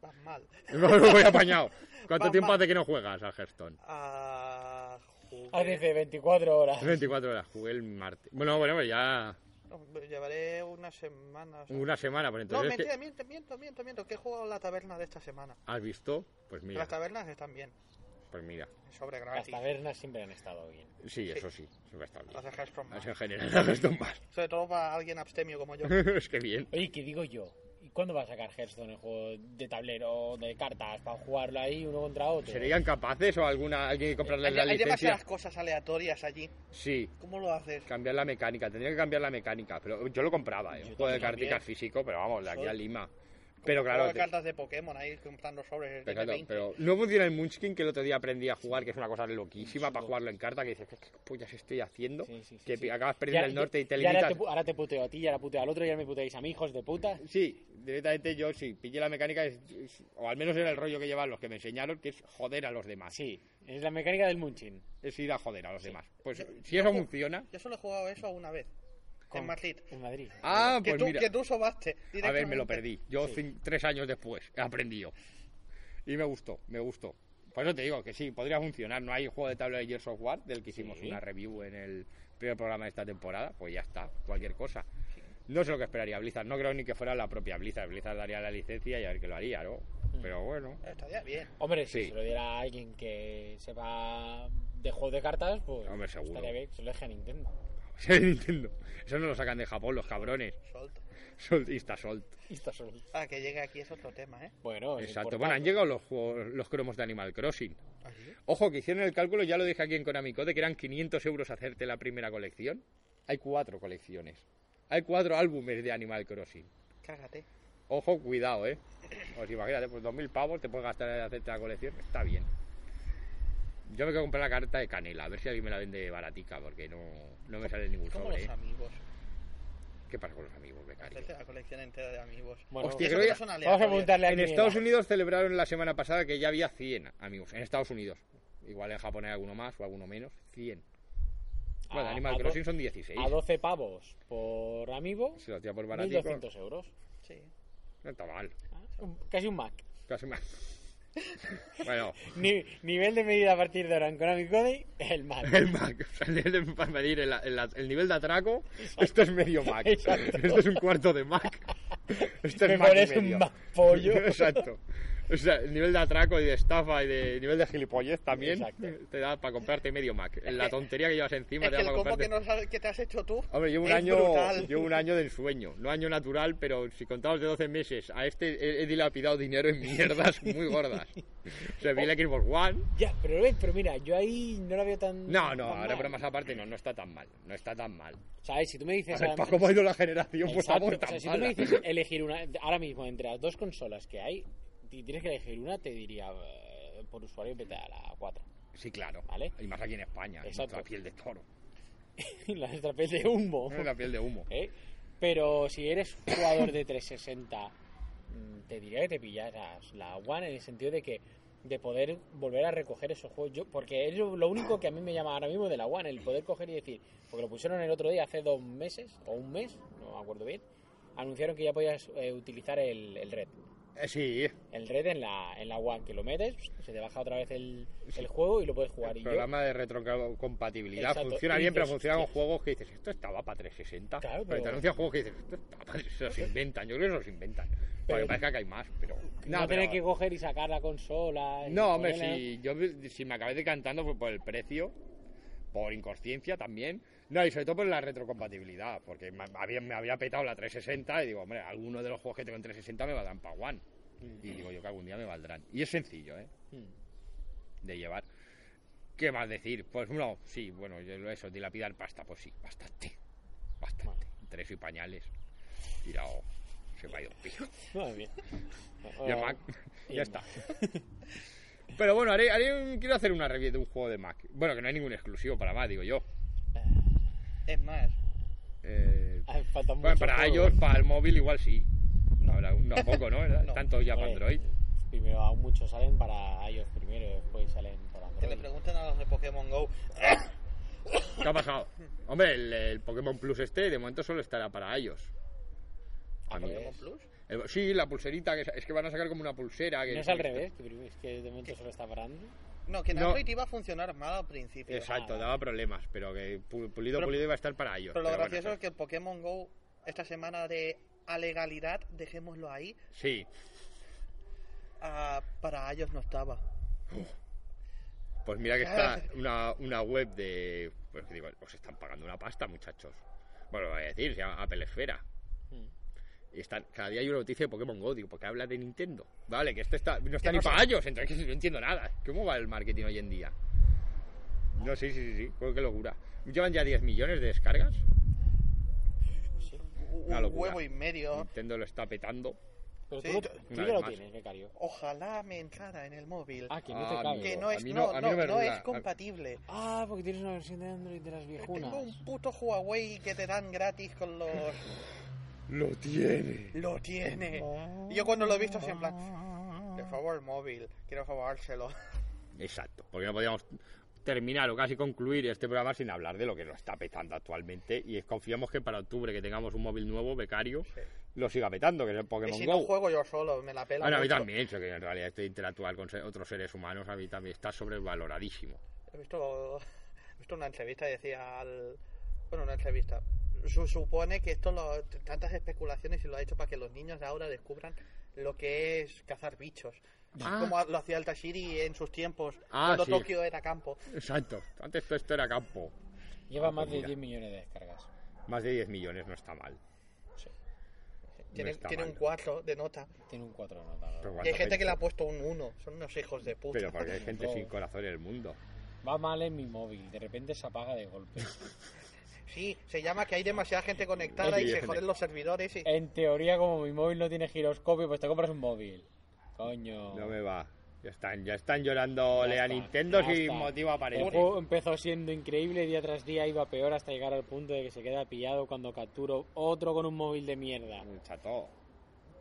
S5: Vas mal.
S1: No lo voy apañado. ¿Cuánto
S5: Va,
S1: tiempo
S5: va.
S1: hace que no juegas al Hearthstone?
S5: Ah, joder.
S4: Ah, dice 24 horas.
S1: 24 horas, jugué el martes. Bueno, bueno, ya
S5: No, me llevaré unas semanas.
S1: una semana, por
S5: No,
S1: entonces. es que-
S5: mentira, miento, miento, miento, miento. Que he jugado la taberna de esta semana.
S1: ¿Has visto? Pues mira,
S5: Las tabernas están bien.
S1: pues mira.
S5: Sobre
S4: Las
S5: gratis.
S4: tabernas siempre han estado bien.
S1: Sí, eso sí, eso va a estar bien.
S5: Las de Hearthstone más.
S1: Eso en general, el Hearthstone más.
S5: Sobre todo para alguien abstemio como yo.
S1: es que bien.
S4: Oye, ¿qué digo yo? ¿Y cuándo va a sacar Hearthstone el juego de tablero, de cartas, para jugarlo ahí uno contra otro?
S1: ¿Serían capaces o alguna alguien que comprarle
S5: Hay,
S1: la
S5: hay
S1: licencia?
S5: demasiadas cosas aleatorias allí.
S1: Sí,
S5: ¿Cómo lo haces?
S1: Cambiar la mecánica, tenía que cambiar la mecánica, pero yo lo compraba, ¿eh? un juego de cartas físico, pero vamos, de aquí a Lima. Pero claro,
S5: Juego de
S1: te-
S5: cartas de Pokémon ahí comprando sobres. de
S1: exacto,
S5: 20.
S1: pero no funciona el Munchkin que el otro día aprendí a jugar, que es una cosa loquísima para jugarlo en carta, que dices, ¿qué, qué pollas estoy haciendo?
S4: Sí, sí, sí,
S1: que
S4: sí.
S1: acabas
S4: Y
S1: perdiendo
S4: ahora-
S1: el norte y te
S4: ahora
S1: limitas.
S4: pu- ahora te puteo a ti, y ahora puteo al otro, y ahora me puteáis a mí, hijos de puta.
S1: Sí, directamente yo sí, pillé la mecánica, es- es- o al menos era el rollo que llevan los que me enseñaron, que es joder a los demás.
S4: Sí, es la mecánica del Munchin.
S1: Es ir a joder a los demás. Pues si eso funciona.
S5: Yo solo he jugado eso una vez. En Madrid.
S4: En Madrid.
S1: Ah,
S5: que,
S1: pues
S5: tú,
S1: mira.
S5: que tú
S1: A
S5: sobaste.
S1: ver, me
S5: directamente.
S1: lo perdí. Yo cin- tres años después he aprendido. Y me gustó, me gustó. Por eso te digo que sí, podría funcionar. No hay juego de tabla de Gears of War, del que hicimos una review en el primer programa de esta temporada. Pues ya está, cualquier cosa. No sé lo que esperaría Blizzard. No creo ni que fuera la propia Blizzard. Blizzard daría la licencia y a ver qué lo haría, ¿no?
S4: Mm.
S1: Pero bueno.
S5: Estaría bien.
S4: Hombre, si
S1: Sí.
S4: se lo diera a alguien que sepa de juego de cartas, pues
S1: Hombre, seguro.
S4: estaría bien que se lo deje a Nintendo.
S1: Sede de Nintendo. Eso no lo sacan de Japón, los cabrones.
S5: Solto.
S1: Solt y está Solt.
S5: Ah, que llegue aquí es otro tema, ¿eh?
S4: Bueno, es
S1: Exacto.
S4: importante.
S1: Bueno, han llegado los, juegos- los cromos de Animal Crossing. Ojo, que hicieron el cálculo, ya lo dije aquí en Konami Code, que eran 500 euros hacerte la primera colección. Hay cuatro colecciones. Hay cuatro álbumes de Animal Crossing.
S5: Cágate.
S1: Ojo, cuidado, ¿eh? Os imagínate, pues 2.000 pavos te puedes gastar en hacerte la colección. Está bien. Yo me quiero comprar la carta de Canela, a ver si alguien me la vende baratica, porque no, no me sale ningún
S5: Como
S1: sobre.
S5: los
S1: ¿eh?
S5: amigos.
S1: ¿Qué pasa con los amigos, becario?
S5: Hacerte la colección entera de amigos.
S4: Bueno,
S1: Hostia,
S5: Eso
S1: creo que-
S5: que no son
S4: vamos a
S5: aleatorios.
S4: preguntarle a
S1: En
S4: quién
S1: Estados
S4: era.
S1: Unidos celebraron la semana pasada que ya había 100 amigos. En Estados Unidos. Igual en Japón hay alguno más o alguno menos. 100. Bueno,
S5: Ah,
S4: A-
S1: Animal
S4: a do-
S1: Crossing son 16.
S4: A 12 pavos por amigo,
S1: Si lo tía por baratico,
S4: 1200 euros. Ah,
S5: Sí.
S1: no está mal.
S4: Un- Casi un Mac.
S1: Casi más. bueno,
S4: Ni- nivel de medida a partir de ahora en Konami Code, el Mac.
S1: el Mac. o sea, el nivel de- para medir el, el- el nivel de atraco, esto es medio Mac.
S4: Exacto.
S1: Esto es un cuarto de Mac. Esto es
S4: Me
S1: Mac y
S4: pones un
S1: medio.
S4: Mac pollo.
S1: Exacto. O sea, el nivel de atraco y de estafa y de nivel de gilipollez también
S4: Exacto.
S1: te da para comprarte medio Mac. La tontería que llevas encima
S5: Es
S1: te da
S5: que el
S1: para
S5: combo
S1: comprarte.
S5: que, no sabes que te has hecho tú.
S1: Hombre, llevo un
S5: es
S1: año,
S5: brutal.
S1: llevo un año del sueño, no año natural, pero si contamos de 12 meses, a este he, he dilapidado dinero en mierdas muy gordas. O sea, vi el Xbox One.
S4: Ya, pero, ves, pero mira, yo ahí no la veo tan.
S1: No, no,
S4: tan
S1: ahora
S4: mal.
S1: bromas aparte, no, no está tan mal, no está tan mal.
S4: ¿Sabes? Si tú me dices.
S1: A ver,
S4: ahora-
S1: para cómo ha ido la generación, pues
S4: Exacto,
S1: tampoco
S4: o sea,
S1: tan
S4: si tú me
S1: mal.
S4: dices elegir una. Ahora mismo, entre las dos consolas que hay, y tienes que elegir una, te diría eh, por usuario vete a la 4.
S1: Sí, claro.
S4: Vale.
S1: Y más aquí en España,
S4: Exacto.
S1: la piel de toro,
S4: la estrapel de humo.
S1: la piel de humo.
S4: ¿eh? Pero si eres jugador de 360, mm, te diría que te pillarás la One en el sentido de que de poder volver a recoger esos juegos. Yo, porque es lo lo único que a mí me llama ahora mismo de la One, el poder coger y decir, porque lo pusieron el otro día, hace dos meses o un mes, no me acuerdo bien, anunciaron que ya podías eh, utilizar el, el Red.
S1: Eh, sí,
S4: El Red en la, en la One, que lo metes, se te baja otra vez el, el juego y lo puedes jugar.
S1: el
S4: y yo-
S1: programa de retrocompatibilidad
S4: Exacto,
S1: funciona
S4: y
S1: bien, pero
S4: dices,
S1: funciona con
S4: hostia.
S1: juegos que dices, esto estaba para 360.
S4: Claro,
S1: pero...
S4: pero-
S1: te anuncian juegos que dices, esto estaba para... Se los inventan, yo creo que se los inventan. Para que
S4: Pero-
S1: parezca que hay más, pero...
S4: No,
S1: pero-
S4: tener que coger y sacar la consola. y
S1: No, hombre,
S4: ponerla-
S1: si, yo, si me acabé decantando fue por el precio, por inconsciencia también. No, y sobre todo por la retrocompatibilidad, porque me había, me había petado la 360 y digo, hombre, alguno de los juegos que tengo en 360 me valdrán para One. Y digo yo que algún día me valdrán. Y es sencillo, ¿eh? De llevar. ¿Qué más decir? Pues no, sí, bueno, yo- eso, dilapidar pasta, pues sí, bastante. Bastante. Entre eso y pañales. Tirado. Se me ha ido un pico.
S4: Madre mía.
S1: Y el
S4: Ah,
S1: Mac.
S4: y el
S1: ya está. Pero bueno, haré, haré un- quiero hacer una review de un juego de Mac. Bueno, que no hay ningún exclusivo para Mac, digo yo.
S5: Es más,
S1: Eh,
S4: Ah, faltan
S1: bueno,
S4: muchos
S1: para
S4: juegos.
S1: ellos, para el móvil igual sí. No, habrá un, tampoco, ¿no? ¿Verdad?
S5: No.
S1: Tanto ya para
S4: Hombre,
S1: Android.
S4: Primero, aún muchos salen para ellos primero, después salen para
S5: que le
S4: Android.
S5: preguntan a los de Pokémon Go.
S1: ¿Qué ha pasado? Hombre, el, el Pokémon Plus este de momento solo estará para ellos.
S4: Ah,
S1: Amigos.
S4: ¿Pokémon
S5: Plus?
S1: El- eh, sí, la pulserita, que es- es que van a sacar como una pulsera. Que
S4: No es al revés, que primero- es que de momento solo está para Android.
S5: No, que en
S1: No.
S5: Android iba a funcionar mal al principio.
S1: Exacto, daba problemas, pero que pu- pulido,
S5: Pero-
S1: pulido iba a estar para ellos.
S5: Pero lo
S1: Pero bueno,
S5: gracioso
S1: eso-
S5: es que el Pokémon Go, esta semana de alegalidad, dejémoslo ahí,
S1: Sí,
S5: ah, para ellos no estaba.
S1: Pues mira que está una, una web de. Pues que digo, os están pagando una pasta, muchachos. Bueno, lo voy a decir, se llama Apple Esfera. Y están, cada día hay una noticia de Pokémon Go, digo, porque habla de Nintendo. Vale, que esto está, no está
S5: Que
S1: ni
S5: no sé.
S1: para ellos, entonces que no entiendo nada. ¿Cómo va el marketing hoy en día? No, sí, sí, sí, sí, pues qué locura. Llevan ya 10 millones de descargas.
S5: Un
S1: Una locura. Mm.
S5: huevo y medio.
S1: Nintendo lo está petando.
S4: Pero
S5: Sí,
S4: tú, lo-
S5: t-
S4: tú
S1: una
S4: ya
S1: vez
S4: lo
S1: más.
S4: tienes, becario.
S5: Ojalá me entrara en el móvil.
S4: Ah, que no te
S1: Ah,
S4: cabe.
S5: que
S1: amigo.
S5: no
S1: a
S5: es,
S1: mí
S5: no,
S1: no- a mí no me
S5: no, no
S1: lo da.
S5: es compatible.
S4: Ah, porque tienes una versión de Android de las viejunas.
S5: Tengo un puto Huawei que te dan gratis con los...
S1: Lo tiene.
S5: Lo tiene. Y yo cuando lo he visto así en plan... De favor, móvil. Quiero robárselo.
S1: Exacto, porque no podíamos terminar o casi concluir este programa sin hablar de lo que nos está petando actualmente y confiamos que para octubre que tengamos un móvil nuevo, becario, lo siga petando, que es el
S5: Y
S1: Pokémon
S5: si no
S1: Go.
S5: juego yo solo, me la pela
S1: bueno, a mí
S5: mucho.
S1: también, sé que en realidad este interactuar con se- otros seres humanos a mí también está sobrevaloradísimo.
S5: He visto, he visto una entrevista y decía al. Bueno, una entrevista. Su- supone que esto, lo, tantas especulaciones, y lo ha hecho para que los niños de ahora descubran lo que es cazar bichos.
S1: Ah.
S5: Como lo hacía el Tashiri en sus tiempos,
S1: Ah,
S5: cuando
S1: sí.
S5: Tokio era campo.
S1: Exacto, antes todo esto era campo.
S4: Lleva
S1: Ah,
S4: más
S1: pues
S4: de
S1: mira.
S4: 10 millones de descargas.
S1: Más de 10 millones no está mal.
S5: Tiene,
S1: está
S5: tiene
S1: mal.
S5: un 4 de nota.
S4: Tiene un 4 de nota.
S1: Pero
S5: Y hay
S1: cuánta
S5: gente que le ha puesto un 1. Son unos hijos de puta.
S1: Pero porque hay gente
S4: Todo.
S1: sin corazón en el mundo.
S4: Va mal en mi móvil, de repente se apaga de golpe.
S5: Sí, se llama que hay demasiada gente conectada
S1: Sí,
S5: y
S1: hay
S5: se
S1: gente. Eh,
S5: joden los servidores. Y...
S4: En teoría, como mi móvil no tiene giroscopio, pues te compras un móvil. Coño.
S1: No me va. Ya están, ya están llorando
S4: Ya
S1: a
S4: está,
S1: Nintendo
S4: ya
S1: sin
S4: está.
S1: motivo
S4: El
S1: aparente.
S4: juego empezó siendo increíble, día tras día iba peor hasta llegar al punto de que se queda pillado cuando capturo otro con un móvil de mierda.
S1: Chato.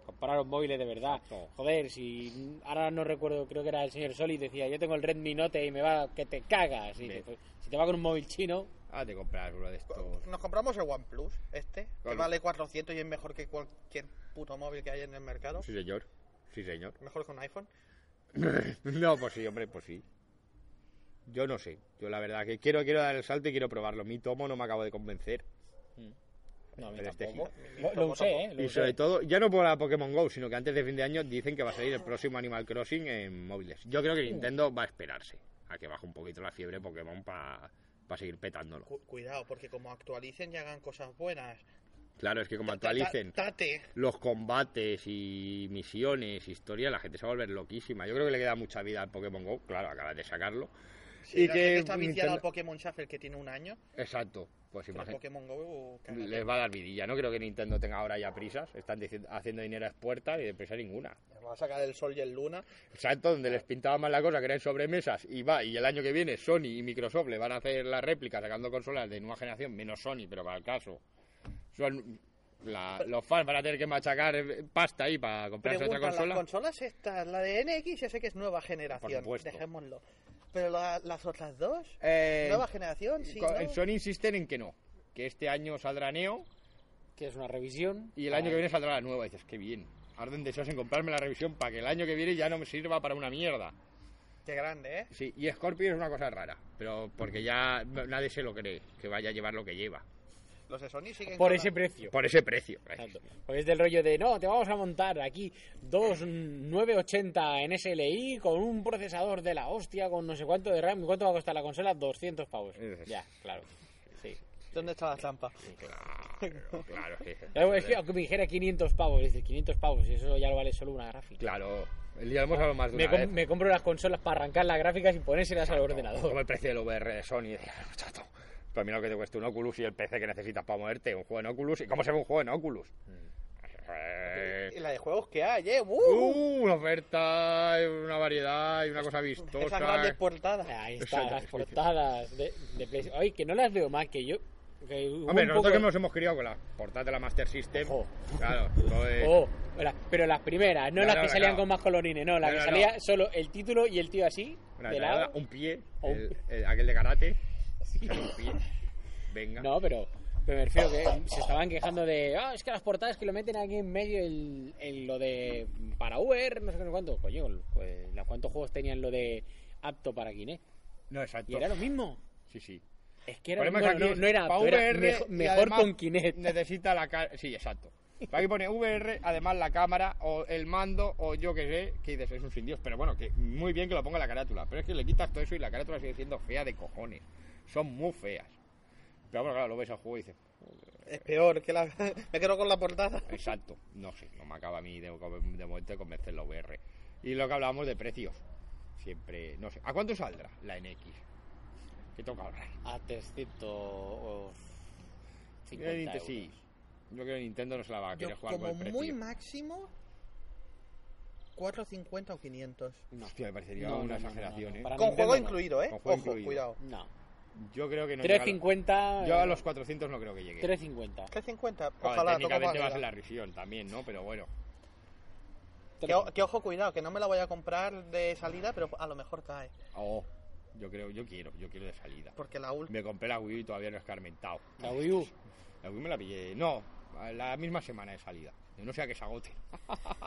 S4: Comparar los móviles de verdad.
S1: Exacto.
S4: Joder, si ahora no recuerdo, creo que era el señor Soli, decía, yo tengo el Redmi Note y me va que te cagas. Y
S1: Bien.
S4: te- si te va con un móvil chino,
S1: Ah, te comprar uno de estos.
S5: Nos compramos el OnePlus, este, que
S1: Claro.
S5: vale 400 y es mejor que cualquier puto móvil que hay en el mercado.
S1: Sí, señor. Sí, señor.
S5: Mejor que un iPhone.
S1: No, pues sí, hombre, pues sí. Yo no sé. Yo la verdad que quiero, quiero dar el salto y quiero probarlo. Mi tomo no me acabo de convencer.
S4: no, a mí
S1: Pero este
S4: tampoco.
S1: sí.
S4: Lo, lo usé, ¿eh? Lo
S1: Y
S4: usé.
S1: sobre todo, ya no por la Pokémon Go, sino que antes de fin de año dicen que va a salir el próximo Animal Crossing en móviles. Yo creo que Nintendo va a esperarse a que baje un poquito la fiebre Pokémon para seguir petándolo.
S5: Cu- cuidado, porque como actualicen y hagan cosas buenas.
S1: Claro, es que como
S5: ta- ta-
S1: actualicen
S5: Tate.
S1: los combates y misiones, historia, la gente se va a volver loquísima. Yo creo que le queda mucha vida al Pokémon Go, claro, acabas de sacarlo.
S5: Si la gente está
S1: Nintendo-
S5: viciada al Pokémon Shuffle que tiene un año,
S1: Exacto, pues
S5: pero el
S1: imagínate.
S5: Pokémon Go. uh, cágate.
S1: Les va a dar vidilla, no creo que Nintendo tenga ahora ya prisas, están diciendo- haciendo dinero a expuertas y de prisa ninguna.
S5: Va a sacar el sol y el luna.
S1: Exacto, donde les pintaba más la cosa que eran sobremesas y va, y el año que viene Sony y Microsoft le van a hacer la réplica sacando consolas de nueva generación, menos Sony, pero para el caso. Son la- los fans van a tener que machacar eh, pasta ahí para comprarse otra
S5: Preguntan las
S1: consola.
S5: consolas estas, la de NX, ya sé que es nueva generación,
S1: supuesto.
S5: dejémoslo. Pero la- las otras dos,
S1: Eh,
S5: nueva generación, sí.
S1: co-
S5: ¿no?
S1: en Sony insisten en que no, que este año saldrá Neo
S4: Que es una revisión. Ah,
S1: y el año que viene saldrá la nueva. Y dices, qué bien. Arden deseos en comprarme la revisión para que el año que viene ya no me sirva para una mierda.
S5: Qué grande, ¿eh?
S1: Sí, y Scorpio es una cosa rara, pero porque ya no- nadie se lo cree que vaya a llevar lo que lleva.
S5: Los de Sony siguen
S4: Por
S5: con
S4: ese
S5: la-
S4: precio.
S1: Por ese precio.
S4: Exacto. Pues es del rollo de, no, te vamos a montar aquí dos mm, 980 en SLI con un procesador de la hostia, con no sé cuánto de RAM. ¿Y ¿Cuánto va a costar la consola? 200 pavos.
S1: Eh.
S4: Ya, claro. Sí.
S5: ¿Dónde está la trampa?
S1: Claro, claro. sí.
S4: Luego, es que aunque me dijera 500 pavos, es decir, 500 pavos, y eso ya lo vale solo una gráfica.
S1: Claro, ya hemos hablado más de
S4: Me,
S1: una
S4: com-
S1: vez.
S4: me compro las consolas para arrancar las gráficas y ponérselas al ordenador.
S1: Como el precio del VR de Sony. Chato. Pues mira lo que te cuesta un Oculus y el PC que necesitas para moverte. Un juego en Oculus. ¿Y cómo se ve un juego en Oculus?
S4: Mm.
S1: Eh,
S5: Y la de juegos que hay, ¿eh? ¡Uh!
S1: Uh, una oferta, una variedad y una cosa vistosa.
S5: Esas grandes
S4: pues,
S5: portadas.
S4: Ahí están
S1: Exacto.
S4: las portadas de, de PlayStation. Ay, que no las veo más, que yo... que hubo
S1: Hombre,
S4: un
S1: nosotros
S4: poco-
S1: que nos hemos criado con la portátil de la Master System.
S4: Ojo.
S1: Claro, todo es-
S4: Oh, la- pero las primeras, no
S1: No,
S4: las
S1: no,
S4: que
S1: no,
S4: salían
S1: no.
S4: con más colorines, no, las
S1: No,
S4: que
S1: no,
S4: salía
S1: no.
S4: solo el título y el tío así,
S1: una
S4: de
S1: jalada,
S4: lado.
S1: un pie,
S4: O un-
S1: el- el- aquel de karate. Un pie. Venga.
S4: No, pero, pero me refiero que se estaban quejando de, ah, es que las portadas que lo meten aquí en medio, el, el- lo de para VR, no sé qué, no sé cuánto. Coño, pues, ¿cuántos juegos tenían lo de apto para Kinect?
S1: No, exacto.
S4: Y era lo mismo.
S1: Sí, sí.
S4: Es que era,
S1: El problema es
S4: bueno,
S1: que
S4: no,
S1: aquí
S4: no era
S1: pa'
S4: apto, era
S1: VR
S4: mejo-
S1: y
S4: mejor
S1: además
S4: con Kinect.
S1: Necesita la cámara. Sí, exacto. Pero Aquí pone VR, además la cámara o el mando o yo que sé, que dices, es un sin Dios. Pero bueno, que muy bien que lo ponga en la carátula. Pero es que le quitas todo eso y la carátula sigue siendo fea de cojones. Son muy feas. Pero bueno, claro, lo ves al juego y dices,
S5: Es peor que la... Me quedo con la portada.
S1: exacto, no sé, no me acaba a mí de, de momento de convencer la VR. Y lo que hablábamos de precios. Siempre, no sé. ¿A cuánto saldrá la NX? ¿Qué toca hablar?
S4: A 350
S1: Yo creo que Nintendo-
S4: euros.
S1: sí. Yo creo que Nintendo no se la va a
S5: Yo,
S1: querer jugar con
S5: como
S1: el precio.
S5: muy máximo, 450 o 500.
S1: Hostia, me parecería
S4: No, no,
S1: una
S4: no, no,
S1: exageración,
S4: no,
S1: ¿eh?
S4: para-
S5: Con
S4: Nintendo
S5: juego
S4: no.
S5: incluido, ¿eh?
S1: Con juego
S5: Ojo,
S1: incluido.
S5: cuidado.
S4: No,
S1: Yo creo que no llega a la-
S4: 350...
S1: Yo a
S4: eh,
S1: los 400 no creo que llegue.
S4: 350.
S5: 350.
S1: Claro,
S5: Ojalá, toco
S1: técnicamente va a
S5: madera.
S1: ser la risión también, ¿no? Pero bueno.
S5: Que, o- que ojo, cuidado, que no me la voy a comprar de salida, pero a lo mejor cae.
S1: Oh, yo creo, yo quiero, yo quiero de salida.
S5: Porque la última.
S1: Me compré la Wii y todavía no he escarmentado.
S4: La Wii U.
S1: La Wii me la pillé. No, a la misma semana de salida. Yo no sea que se agote.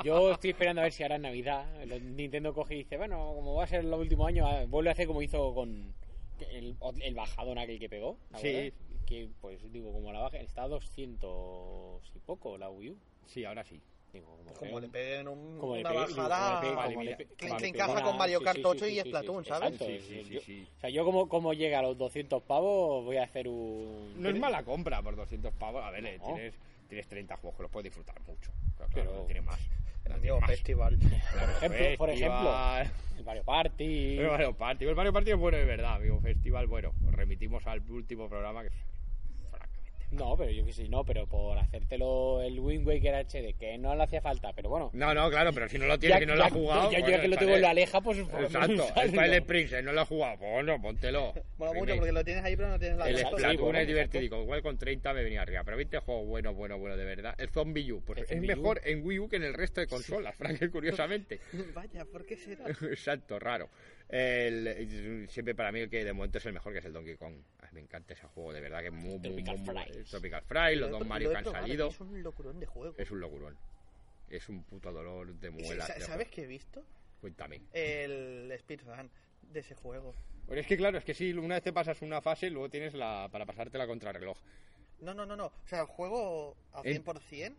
S4: Yo estoy esperando a ver si ahora en Navidad lo- Nintendo coge y dice, bueno, como va a ser el último año, ah, vuelve a hacer como hizo con el, el bajadón aquel que pegó. ¿te
S1: Sí.
S4: acuerdas? Que pues digo, como la baja, está a 200 y poco la Wii U.
S1: Sí, ahora sí.
S4: Digo, como
S5: Como le
S4: peguen-
S5: peguen un,
S4: como le
S5: una
S4: peguen- digo, como le
S5: bajada.
S4: peguen-
S1: Vale,
S4: como le
S1: mira.
S4: pe-
S5: Que-
S4: como
S5: que
S4: le
S5: encaja
S4: peguen
S5: con
S4: a-
S5: Mario
S4: sí,
S5: Kart
S4: sí, sí,
S5: 8 y
S4: sí, sí,
S5: Splatoon,
S4: sí,
S5: ¿sabes?
S4: exacto,
S1: Sí,
S4: sí,
S1: sí,
S4: yo-
S1: sí, sí.
S4: O sea, yo como, como llega a los 200 pavos, voy a hacer un...
S1: No es mala compra por 200 pavos. A ver, eh,
S4: No.
S1: tienes, tienes 30 juegos que los puedes disfrutar mucho. Pero claro,
S4: Pero-
S1: no tienes más. No
S5: El
S1: tienes
S5: Diego
S1: más.
S5: Festival.
S1: Claro,
S4: ejemplo, por ejemplo.
S1: Festival.
S4: El Mario Party...
S1: El Mario Party. El Mario Party es bueno de verdad, amigo. Festival, bueno. Os remitimos al último programa que francamente.
S4: No, pero yo que sí, no, pero por hacértelo el Wind Waker HD, que no le hacía falta, pero bueno.
S1: No, no, claro, pero si no lo tienes, que no lo has jugado.
S4: Ya, ya
S1: bueno,
S4: que lo
S1: está
S4: tengo en la
S1: bien.
S4: aleja, pues... por lo menos
S1: Exacto, el
S4: usarlo.
S1: Pilot Princess no lo has jugado. Bueno, póntelo.
S5: Mola mucho
S1: Remake.
S5: porque lo tienes ahí, pero no tienes la
S1: El
S4: Exacto,
S5: consola.
S4: sí,
S1: Splatoon
S4: bueno,
S1: es divertido, igual con 30 me venía arriba, pero 20 juegos buenos, buenos, buenos, de verdad. El Zombie U, pues
S4: El
S1: es
S4: Zombie U.
S1: mejor en Wii U que en el resto de consolas, Frank, curiosamente.
S5: Vaya, ¿por qué será?
S1: Exacto, raro. El- siempre para mí el que de momento es el mejor, que es el Donkey Kong. Ay, me encanta ese juego, de verdad que es muy, muy,
S4: Tropical
S1: muy, muy-
S4: Fry.
S1: Tropical Fry, los
S5: Lo he-
S1: dos
S5: lo
S1: Mario
S5: he
S1: que han
S5: probado,
S1: salido.
S5: Es un locurón de juego.
S1: Es un locurón. Es un puto dolor de
S5: Sí,
S1: muela.
S5: sa-
S1: te lo
S5: ¿Sabes
S1: juro.
S5: qué he visto?
S1: Cuéntame.
S5: El speedrun de ese juego.
S1: Pero es que claro, es que si una vez te pasas una fase, luego tienes la para pasarte la contrarreloj.
S5: No, no, no, no. O sea, el juego a
S1: En-
S5: 100%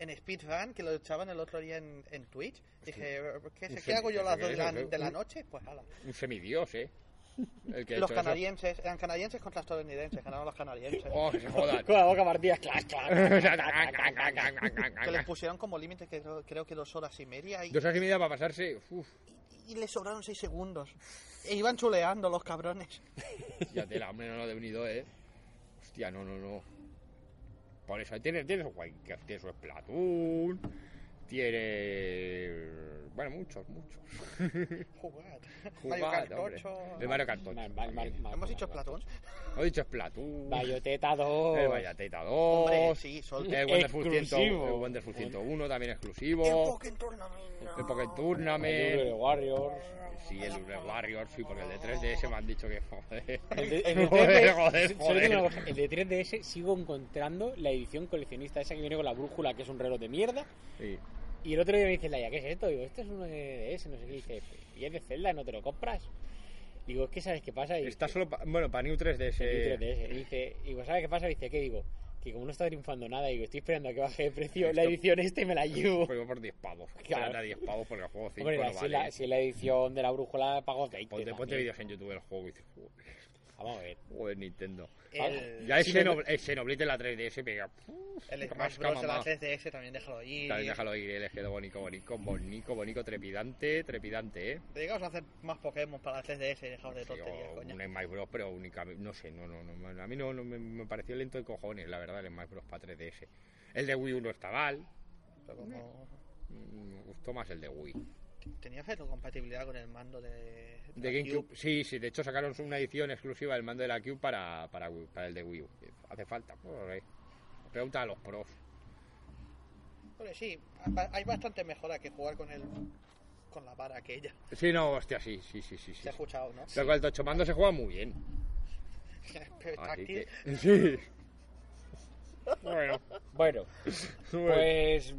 S5: en speedrun, que lo echaban el otro día en, en Twitch. Dije, "Eh, ¿qué, sé-
S1: sí,
S5: qué hago yo a las
S1: eso
S5: 2 de
S1: que
S5: la,
S1: es, eso.
S5: de la noche? Pues ala.
S1: Un semidios, ¿eh? El que ha
S5: Los
S1: hecho eso.
S5: canadienses, eran canadienses contra estadounidenses, ganaron los canadienses.
S1: ¡Oh, que se jodan!
S4: Con la boca partida, clac, clac, clac, clac, clac, clac, clac, clac.
S5: Que les pusieron como límite que creo, creo que dos horas y media y,
S1: Dos horas y media para pasarse. Uf,
S5: y les sobraron seis segundos. E iban chuleando los cabrones.
S1: ya tela, hombre, no lo he venido, ¿eh? Hostia, no, no, no. Por eso, tienes, tienes, su Minecraft, tienes su Splatoon, tienes... Bueno, muchos, muchos.
S5: Jugad. Mario
S1: Jugad,
S5: Kart
S1: hombre.
S5: 8.
S1: El Mario Kart 8.
S4: Mal, mal, mal, mal,
S5: Hemos
S4: mal,
S5: dicho
S4: mal.
S5: Platón.
S1: He dicho Splatoon.
S4: Bayoteta 2.
S1: El Vallateta 2.
S5: Hombre, sí, Sol.
S1: El Wonderful, 100,
S4: Exclusivo.
S1: el Wonderful 101 también
S5: El
S1: exclusivo.
S5: Pokémon Tournament.
S1: El Pocket
S4: El
S1: Tournament.
S4: Euro Warriors.
S1: Sí, el Lure Warriors, sí, porque el de 3DS me han dicho que joder.
S4: El de, el de
S1: Joder,
S4: 3DS,
S1: joder,
S4: solo digo una
S1: joder.
S4: cosa, el de 3DS sigo encontrando la edición coleccionista esa que viene con la brújula, que es un reloj de mierda.
S1: Sí.
S4: Y el otro día me dice, Laia, ¿qué es esto? Digo, esto es uno de DS, no sé qué. Y dice, ¿y es de Zelda? ¿No te lo compras? Digo, es que ¿sabes qué pasa? Y
S1: Está
S4: dice,
S1: solo, pa- bueno, para New 3DS.
S4: el 3DS. Y dice, digo, ¿sabes qué pasa? Y dice, ¿qué digo? Que como no está triunfando nada, digo, estoy esperando a que baje de precio la
S1: Esto-
S4: edición este y me la llevo.
S1: Juego Pues por 10 pavos.
S4: Claro.
S1: Claro. 10 pavos porque el juego 5
S4: Hombre,
S1: pues, no
S4: si, es
S1: vale.
S4: la, si es la edición de la brújula pago 20.
S1: Ponte, ponte
S4: también.
S1: vídeos en YouTube del juego y dices, joder,
S4: Vamos a ver.
S1: joder, Nintendo.
S5: El,
S1: Ya es
S4: si no-
S1: Xenoblade el Xenoblade de la 3DS, pega.
S5: el Smash
S1: rasca,
S5: Bros. de la
S1: mamá.
S5: 3DS también déjalo ahí.
S1: También déjalo ir, el quedó bonito, bonito, bonito, bonito, trepidante, trepidante, ¿eh?
S5: Dedicaos a hacer más Pokémon para la 3DS y dejaos de
S1: Sí,
S5: tonterías,
S1: o
S5: coño.
S1: un Smash Bros, pero únicamente, no sé, no, no, no, a mí no, no, me, me pareció lento de cojones, la verdad, el Smash Bros para 3DS. El de Wii U no está mal, mm,
S5: Pero como
S1: me gustó más el de Wii.
S5: tenía cero compatibilidad con el mando de, de
S1: De
S5: la
S1: GameCube, sí, sí, de hecho sacaron una edición exclusiva del mando de la Cube para, para, Wii- para el de Wii U. Hace falta, por ahí. Pregunta a los pros.
S5: Hombre, sí, ha- hay bastante mejora que jugar con el con la vara aquella.
S1: Sí, no, hostia, sí, sí, sí, sí. sí.
S5: Se ha escuchado, ¿no?
S1: Pero con el tocho mando se juega muy bien.
S5: Pero
S1: Así
S5: táctil.
S1: Ah, que... Sí. bueno,
S4: Bueno,
S1: bueno.
S4: pues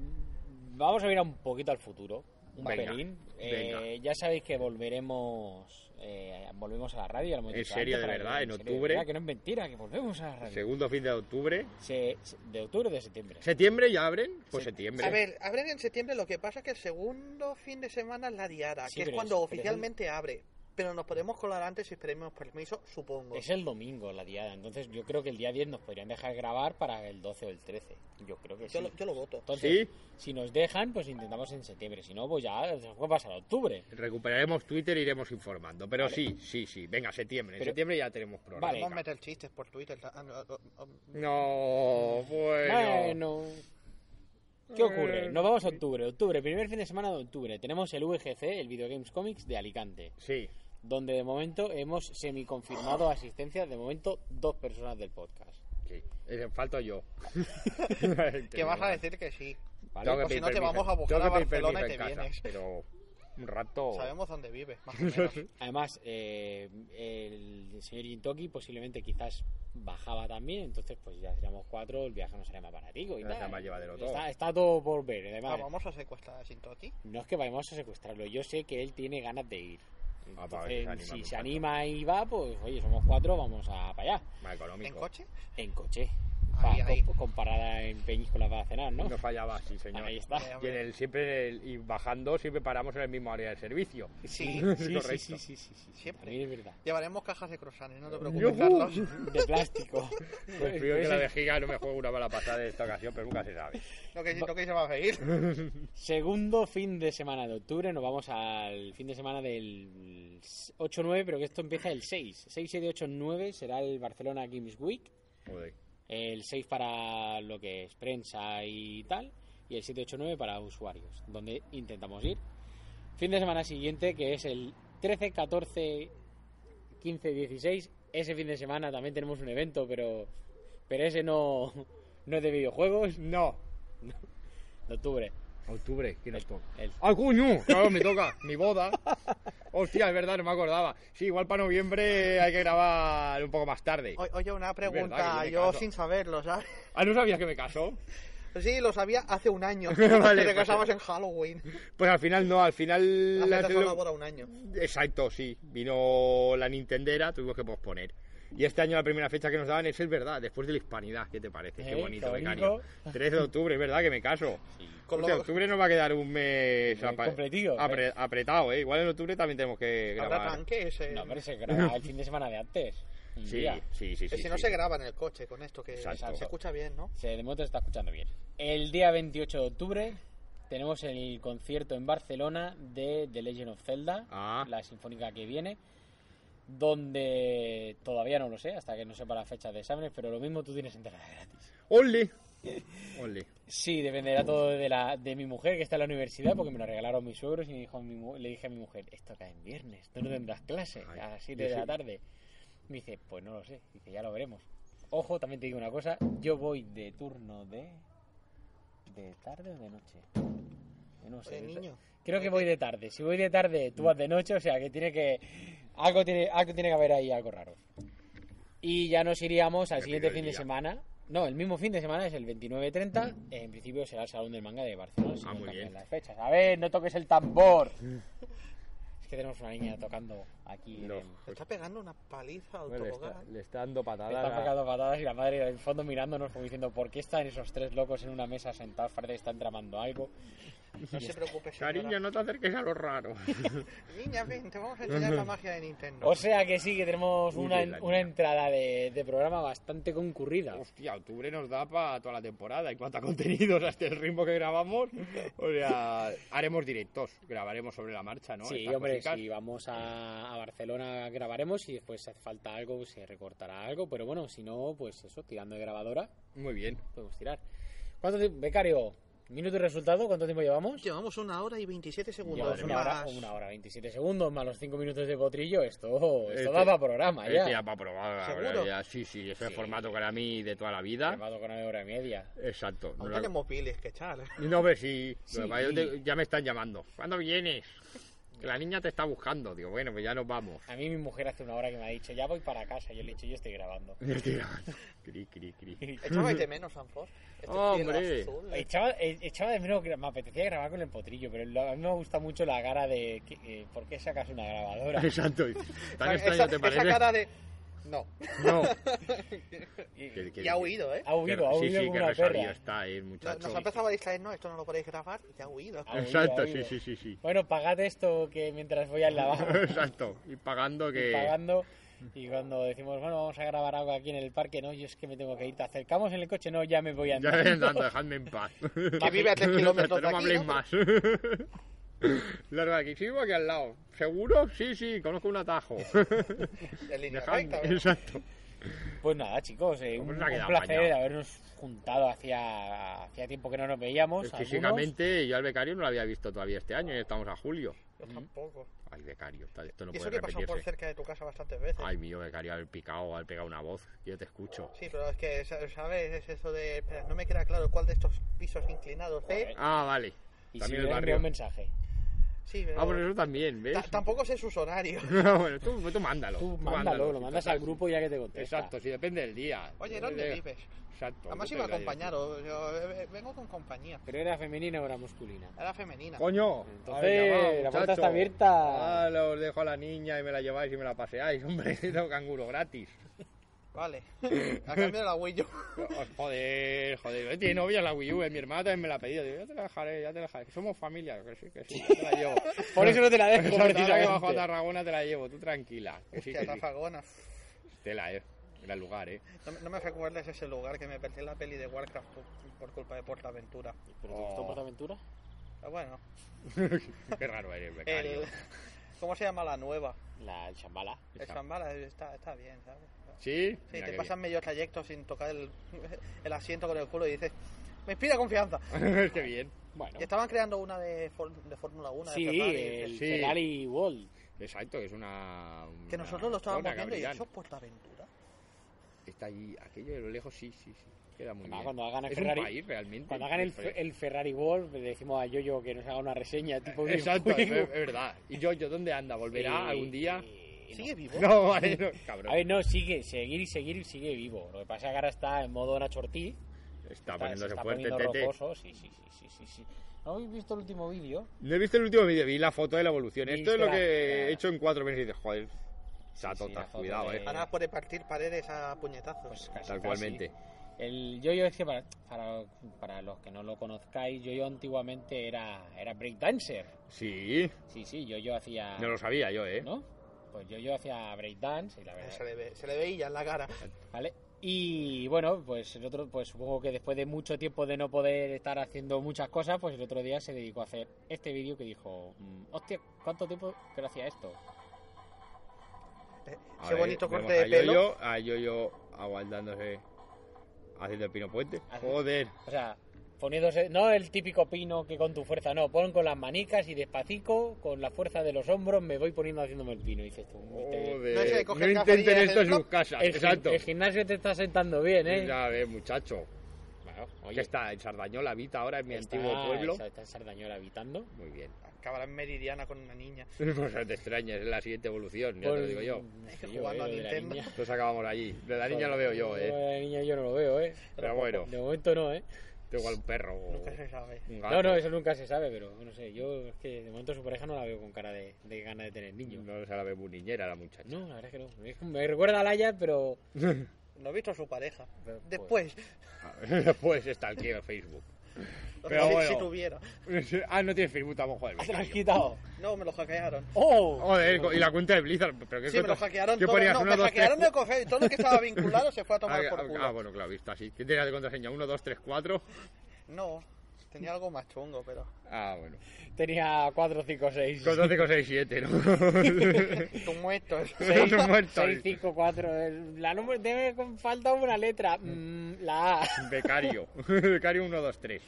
S4: vamos a mirar un poquito al futuro. Un
S1: Venga,
S4: pelín. Eh,
S1: venga.
S4: ya sabéis que volveremos eh, volvemos a la radio. ya lo hemos
S1: En
S4: dicho
S1: serio,
S4: antes, para
S1: de verdad,
S4: que-
S1: en
S4: serio, de
S1: octubre.
S4: verdad, que no es mentira, que volvemos a la radio.
S1: Segundo fin de octubre.
S4: Se- se- de octubre o de septiembre.
S1: ¿Septiembre ya abren? Pues septiembre.
S5: A ver, abren en septiembre, lo que pasa es que el segundo fin de semana es la diada,
S4: Sí,
S5: que es
S4: pero
S5: cuando
S4: es- pero es el-
S5: oficialmente abre. Pero nos podemos colar antes si esperemos permiso, supongo.
S4: Es el domingo la diada, entonces yo creo que el día 10 nos podrían dejar grabar para el 12 o el 13. Yo creo que sí.
S5: Yo, lo, yo lo voto.
S4: Entonces,
S1: ¿Sí?
S4: si nos dejan, pues intentamos en septiembre. Si no, pues ya se puede pasar a octubre.
S1: Recuperaremos Twitter e iremos informando. Pero sí, sí, sí. Venga, septiembre. En
S4: Pero-
S1: septiembre ya tenemos programa.
S4: Vale.
S5: Vamos a meter chistes por Twitter. ta- ah, no, ah, ah,
S1: No, bueno.
S4: Bueno. ¿Qué ocurre? Nos vamos a octubre. Octubre, primer fin de semana de octubre. Tenemos el VGC, el Video Games Comics de Alicante,
S1: Sí.
S4: donde de momento hemos semiconfirmado asistencia de momento dos personas del podcast.
S1: Sí, Eh, falto yo.
S5: Que vas a decir que sí.
S1: Tengo que
S5: o si
S1: pedir
S5: no te
S1: permiso.
S5: vamos a buscar
S1: Tengo que
S5: a
S1: pedir permiso
S5: Barcelona y
S1: en
S5: te
S1: casa,
S5: vienes.
S1: Pero un rato.
S5: Sabemos dónde vives, más o menos.
S4: Además, eh, el señor Jintoki posiblemente quizás bajaba también, entonces pues ya seríamos cuatro, el viaje no sería más baratico y
S1: No,
S4: tal.
S1: está más llevadero todo.
S4: Está, está todo por ver,
S5: Ah,
S4: además.
S5: vamos a secuestrar a Shintoki.
S4: No es que vayamos a secuestrarlo, yo sé que él tiene ganas de ir.
S1: Ah,
S5: Eh,
S1: para ver si
S4: Entonces, si
S1: se anima, me
S4: se
S1: falta.
S4: anima y va, pues oye, somos cuatro, vamos a para allá.
S1: Más
S5: ¿En
S1: económico.
S5: coche?
S4: En coche.
S5: Ahí,
S4: Pa-
S5: ahí.
S4: co- comparada en Peñíscola para cenar, ¿no?
S1: No fallaba, sí, señor.
S4: Ahí está.
S1: Y, en el, siempre en el- y bajando siempre paramos en el mismo área de servicio.
S5: Sí,
S1: Es
S4: Sí, sí,
S1: correcto.
S4: sí, sí, sí, sí.
S5: siempre.
S4: También es verdad.
S5: Llevaremos cajas de croissants, no te preocupes,
S1: ¡Yujú!
S5: Carlos.
S4: De plástico.
S1: Confío en Pues, que la vejiga no me juegue una mala pasada en esta ocasión, pero nunca se sabe.
S5: Lo que, lo que se va a seguir.
S4: Segundo fin de semana de octubre, nos vamos al fin de semana del 8-9, pero que esto empieza el 6. 6, 7, 8, 9 será el Barcelona Games Week.
S1: Joder.
S4: El 6 para lo que es prensa y tal. Y el 7, 8, 9 para usuarios, donde intentamos ir. Fin de semana siguiente, que es el 13, 14, 15, 16. Ese fin de semana también tenemos un evento, pero, pero ese no, no es de videojuegos. No. De octubre.
S1: Octubre, ¿quién nos toca?
S4: El
S1: ¡Ah, coño! Claro, me toca, mi boda. Hostia, es verdad, no me acordaba. Sí, igual para noviembre hay que grabar un poco más tarde.
S5: O- Oye, una
S1: verdad,
S5: pregunta,
S1: que yo me
S5: yo
S1: caso.
S5: sin saberlo, ¿sabes?
S1: Ah, ¿no sabías que me casó?
S5: Sí, lo sabía hace un año.
S1: Vale,
S5: que te
S1: pues-
S5: casabas en Halloween.
S1: Pues al final no, al final...
S5: La
S1: la
S5: gente
S1: tele-
S5: solo dura un año.
S1: Exacto, sí. Vino la Nintendera, tuvimos que posponer. Y este año la primera fecha que nos daban es, es verdad, después de la hispanidad. ¿Qué te parece? Qué
S4: Eh,
S1: bonito,
S4: qué
S1: becario. 3 de octubre, es verdad que me caso.
S5: Con
S1: O sea,
S5: lo-
S1: octubre nos va a quedar un mes
S4: Eh,
S1: apa-
S4: completillo,
S1: apre- apretado, ¿eh? Igual en octubre también tenemos que
S5: Habrá
S1: grabar.
S5: tranques. eh.
S4: No, hombre, se graba el fin de semana de antes. Un
S1: Sí,
S4: día.
S1: sí, sí.
S5: Que
S1: sí,
S5: si no
S1: sí.
S5: se graba en el coche con esto, que
S1: Exacto.
S5: se escucha bien, ¿no?
S4: Se de momento se está escuchando bien. El día 28 de octubre tenemos el concierto en Barcelona de The Legend of Zelda,
S1: Ah.
S4: la sinfónica que viene, donde todavía no lo sé, hasta que no sepa la fecha de exámenes, pero lo mismo tú tienes entrada gratis.
S1: ¡Ole! ¡Ole!
S4: Sí, dependerá todo de, la, de mi mujer que está en la universidad, porque me lo regalaron mis suegros y me dijo a mi mu- le dije a mi mujer, esto cae en viernes, tú no tendrás clase
S1: Mm. Ay,
S4: a las
S1: yo
S4: 7 de la
S1: sí.
S4: tarde. Me dice, pues no lo sé, dice, ya lo veremos. Ojo, también te digo una cosa, yo voy de turno de... ¿De tarde o de noche?
S1: Pues
S4: Yo No sé.
S5: De
S4: yo
S5: niño.
S4: Creo que voy de tarde. Si voy de tarde, tú vas de noche, o sea que tiene que... Algo tiene, algo tiene que haber ahí, algo raro. Y ya nos iríamos al
S1: Me
S4: siguiente
S1: pido el
S4: fin de
S1: día.
S4: semana. No, el mismo fin de semana es el 29-30. En principio será el Salón del Manga de Barcelona. Si
S1: Ah,
S4: no
S1: muy
S4: cambian
S1: bien.
S4: las fechas. A ver, no toques el tambor. es que tenemos una niña tocando aquí. en
S1: No.
S4: el-
S5: Se está pegando una paliza al
S1: Bueno, pues, le, está,
S5: tobogán.
S1: le está dando
S4: Me
S1: patadas.
S4: están
S1: a-
S4: pegando patadas y la madre en el fondo mirándonos como diciendo ¿por qué están esos tres locos en una mesa sentados? Parece que están tramando algo.
S5: No se preocupe, señora.
S1: Cariño, no te acerques a lo raro.
S5: Niña, ven, te vamos a enseñar la magia de Nintendo.
S4: O sea que sí, que tenemos
S1: Muy
S4: una,
S1: bien, la
S4: una
S1: niña.
S4: entrada de, de programa bastante concurrida.
S1: Hostia, octubre nos da para toda la temporada. En cuanto a contenidos, hasta este el ritmo que grabamos, o sea, haremos directos, grabaremos sobre la marcha, ¿no?
S4: sí,
S1: Estas
S4: hombre,
S1: cositas.
S4: si vamos a, a Barcelona grabaremos y después si hace falta algo, pues, se recortará algo, pero bueno, si no, pues eso, tirando de grabadora,
S1: Muy bien.
S4: podemos tirar. ¿Cuánto tiempo, becario? ¿Minuto y resultado? ¿Cuánto tiempo llevamos?
S5: Llevamos una hora y 27 segundos.
S4: Llevamos una hora,
S5: más.
S4: una hora, 27 segundos, más los 5 minutos de potrillo, esto,
S1: Este-
S4: esto da para programa
S1: Este
S4: ya.
S1: ya para probar.
S5: ¿Seguro?
S1: ahora ya, Sí, sí, ese es el formato para mí de toda la vida.
S4: Llevado con una hora y media.
S1: Exacto. No,
S5: Aún
S1: la-
S5: tenemos piles que echar.
S1: no hombre, sí.
S4: Sí.
S1: Lo que pasa es que Ya me están llamando. ¿Cuándo vienes? Que la niña te está buscando. Digo, bueno, pues ya nos vamos.
S4: A mí mi mujer hace una hora que me ha dicho, ya voy para casa, yo le he dicho, yo estoy grabando.
S1: Estoy grabando. cri, cri, cri.
S5: Echaba de menos, Sanfor. Este
S1: Hombre.
S5: cielo azul. este.
S4: Echaba, eh, echaba de menos, gra- me apetecía grabar con el potrillo, pero lo- a mí me gusta mucho la cara de que- eh, ¿por qué sacas una grabadora?
S1: Exacto. Tan
S5: Esa-
S1: extraño te
S5: esa
S1: parece.
S5: cara de... No.
S1: No.
S4: Y-
S1: Que- que-
S5: Ya ha huido,
S1: Ah,
S5: ¿eh?
S4: ha huido, ha
S1: sí,
S4: huido
S1: sí,
S4: como
S1: que
S4: una
S1: resabio
S4: perra.
S1: está, eh,
S5: No-
S1: muchacho.
S5: Nos ha empezado a distraer, no, esto no lo podéis grabar. Ya ha huido.
S4: Ha huido,
S1: Exacto,
S4: ha
S1: sí,
S4: huido.
S1: sí, sí, sí.
S4: Bueno, pagad esto que mientras voy al lavabo
S1: Exacto. Y pagando
S4: estoy
S1: que...
S4: pagando. Y cuando decimos, bueno, vamos a grabar algo aquí en el parque, no, yo es que me tengo que ir, te acercamos en el coche, no, ya me voy
S1: Ya
S4: andando.
S1: andando, dejadme en paz.
S5: Que vive a tres kilómetros de
S1: No me
S5: aquí,
S1: habléis
S5: ¿no?
S1: más. Largo de aquí, sí, vivo aquí al lado. ¿Seguro? Sí, sí, conozco un atajo.
S5: En línea
S1: Dejadme,
S5: recta. ¿verdad?
S1: exacto.
S4: Pues nada, chicos, eh, un,
S1: Hombre, se ha
S4: un
S1: quedado
S4: placer
S1: apañado.
S4: habernos juntado hacía, hacía tiempo que no nos veíamos.
S1: Pues
S4: algunos.
S1: físicamente, yo al becario no lo había visto todavía este año, y estamos a julio.
S5: Yo tampoco.
S1: Ay, becario, está- esto Mm. no
S5: Y eso
S1: puede
S5: que pasó por
S1: repetirse.
S5: cerca de tu casa bastantes veces.
S1: Ay, mío, becario, haber picado, haber pegado una voz. Yo te escucho.
S5: Sí, pero es que, ¿sabes? Es eso de... espera, no me queda claro cuál de estos pisos inclinados ¿eh? es.
S1: Ah, vale.
S4: Y si me
S1: También el
S4: envía
S1: barrio.
S4: un mensaje.
S5: Sí, pero...
S1: Ah, bueno, eso también, ¿ves?
S5: ta- Tampoco sé sus horarios.
S1: bueno, tú, tú mándalo.
S4: Tú mándalo, lo
S1: si
S4: mandas
S1: total,
S4: al grupo y ya que te contesta.
S1: Exacto, sí, depende del día.
S5: Oye,
S1: Eh,
S5: ¿dónde vives?
S1: Exacto.
S5: Además
S1: depende
S5: iba
S1: de la
S5: acompañado. Yo, eh, eh, vengo con compañía.
S4: Pero era femenina o era masculina.
S5: Era femenina.
S1: Coño,
S4: Entonces,
S1: venga,
S4: la puerta
S1: muchacho.
S4: está abierta.
S1: Ah, os dejo a la niña y me la lleváis y me la paseáis, hombre. Tengo canguro gratis.
S5: Vale. Ha cambiado la Wii U.
S1: Oh, Joder, joder, tiene novia la Wii U, eh, mi hermana también me la ha pedido. Digo, ya te la dejaré, ya te la dejaré. que Somos familia, que sí, que sí, ya te la llevo.
S4: Por eso no te la dejo,
S1: Ahora que bajo a
S4: precisamente.
S1: Tarragona te la llevo, tú tranquila. Que sí,
S5: Hostia,
S1: que sí.
S5: Tarragona.
S1: Tela, eh. Era el lugar, eh.
S5: No, me- no me recuerdas ese lugar que me perdí la peli de Warcraft por, por culpa de Portaventura.
S4: ¿Pero te gustó
S1: Oh.
S4: Portaventura?
S5: Pero bueno,
S1: Qué raro
S5: Eh,
S1: eres, becario.
S5: el, ¿cómo se llama la nueva?
S4: La chambala.
S5: El Shambhala está, está bien, ¿sabes?
S1: ¿Sí?
S5: Sí,
S1: Mira
S5: te
S1: qué
S5: pasas medio trayecto sin tocar el, el asiento con el culo y dices, me inspira confianza.
S1: bien. Qué bien.
S4: Bueno.
S5: Y estaban creando una de, for- de Fórmula 1.
S4: Sí,
S5: de Ferrari,
S4: el
S1: sí.
S4: Ferrari World.
S1: Exacto, es una.
S5: que
S1: una
S5: nosotros lo estábamos
S1: zona que
S5: viendo y
S1: abrirán.
S5: eso es Portaventura.
S1: Está ahí, aquello de lo lejos, sí, sí, sí. Queda muy
S4: Además,
S1: bien.
S4: cuando hagan el
S1: es
S4: Ferrari-
S1: un país realmente.
S4: Cuando hagan el,
S1: Ferrari.
S4: el Ferrari World, le decimos a Yoyo que nos haga una reseña tipo
S1: Exacto, es,
S4: videojuego.
S1: es verdad. ¿Y yo, yo dónde anda? ¿Volverá
S4: Sí,
S1: algún día?
S4: sí,
S5: ¿Sigue vivo?
S1: No, vale, no, cabrón.
S4: A ver, no, sigue, seguir y seguir y sigue vivo. Lo que pasa es que ahora está en modo Nacho Ortiz.
S1: está,
S4: se
S1: poniéndose
S4: está
S1: fuerte,
S4: poniendo
S1: Tete.
S4: rocoso. Sí, sí, sí, sí, sí, sí. ¿No habéis visto el último vídeo?
S1: No he visto el último vídeo, vi la foto de la evolución. Esto
S4: Viste
S1: es lo
S4: la-
S1: que
S4: la-
S1: he hecho en cuatro meses y dices, joder, chato,
S4: sí, la foto
S1: cuidado,
S4: de-
S1: eh.
S5: Ahora puede partir paredes a puñetazos.
S4: Pues casi, casi.
S1: Tal cualmente.
S4: El yoyo es que para, para, para los que no lo conozcáis, yoyo antiguamente era, era breakdancer.
S1: Sí,
S4: Sí, sí, yoyo hacía...
S1: no lo sabía yo, eh.
S4: ¿no? Pues yoyo hacía breakdance y la
S5: se,
S4: verdad...
S5: le ve, se le veía en la cara.
S4: ¿Vale? Y bueno, pues el otro, pues supongo que después de mucho tiempo de no poder estar haciendo muchas cosas, pues el otro día se dedicó a hacer este vídeo que dijo, mm, hostia, ¿cuánto tiempo que no hacía esto?
S5: Eh,
S1: A
S5: Ese
S1: ver,
S5: bonito
S1: vemos
S5: corte de
S1: a Yo-Yo-
S5: pelo.
S1: A Yoyo aguantándose, haciendo el pino puente.
S4: Hace-
S1: Joder.
S4: O sea, poniéndose, no el típico pino que con tu fuerza, no, pon con las manicas y despacito, con la fuerza de los hombros, me voy poniendo haciéndome el pino, y dices tú. te-
S1: Joder.
S5: No
S1: No,
S5: es que coges la
S1: intenten
S5: varilla
S1: esto
S5: del
S1: en sus
S5: club.
S1: casas.
S4: El, gim-
S1: Oh, Exacto.
S4: el gimnasio te está sentando bien, ¿eh?
S1: Ya ves, muchacho.
S4: Bueno, oye,
S1: Que está en Sardañola, Vita, ahora en mi
S4: está-
S1: antiguo pueblo.
S4: Está, está en Sardañola habitando.
S1: Muy bien.
S5: Acabará en Meridiana con una niña.
S1: Pues no te extrañes, es la siguiente evolución, ya
S4: Pues
S1: te lo digo yo.
S5: Es que jugando a
S4: veo de la
S5: Nintendo.
S4: niña.
S1: Entonces acabamos allí. De la niña lo veo yo,
S4: De
S1: eh.
S4: la niña yo no lo veo, eh.
S1: Pero bueno,
S4: De momento no, eh.
S1: tengo igual un perro o
S5: Nunca se sabe.
S1: un gato.
S4: No, eh. no, eso nunca se sabe, pero no sé. Yo es que de momento su pareja no la veo con cara de, de ganas de tener niños.
S1: No se la ve muy niñera la muchacha.
S4: No, la verdad es que no. Es que me recuerda a Laia, pero.
S5: No he visto a su pareja.
S4: Pero,
S5: Después,
S1: Después está aquí en Facebook. Pero
S5: si,
S1: bueno.
S5: tuviera.
S1: Ah, no tienes Facebook tampoco, joder.
S4: ¡Se lo has quitado!
S5: No, me lo hackearon.
S4: ¡Oh!
S1: Joder, co- y la cuenta de Blizzard, pero qué
S5: Sí, me lo
S1: cuenta-
S5: hackearon
S1: ¿Qué
S5: todo.
S1: ponías?
S5: No,
S1: Uno,
S5: me
S1: dos, tres,
S5: hackearon
S1: cu-
S5: el correo y todo lo que estaba vinculado se fue a tomar
S1: Ah,
S5: por
S1: ah, ah,
S5: culo.
S1: bueno, claro, está así. ¿Qué tenías de contraseña? 1, 2, 3, 4.
S5: No, tenía algo más chungo, pero...
S1: Ah, bueno.
S4: Tenía 4, 5, 6.
S1: Con 12, con 6, 7, ¿no?
S5: Tú muerto.
S1: Seis. Otro muerto.
S4: 6, 5, 4. La número. Debe con falta una letra. Mm, la A.
S1: Becario. Becario 1, 2, 3.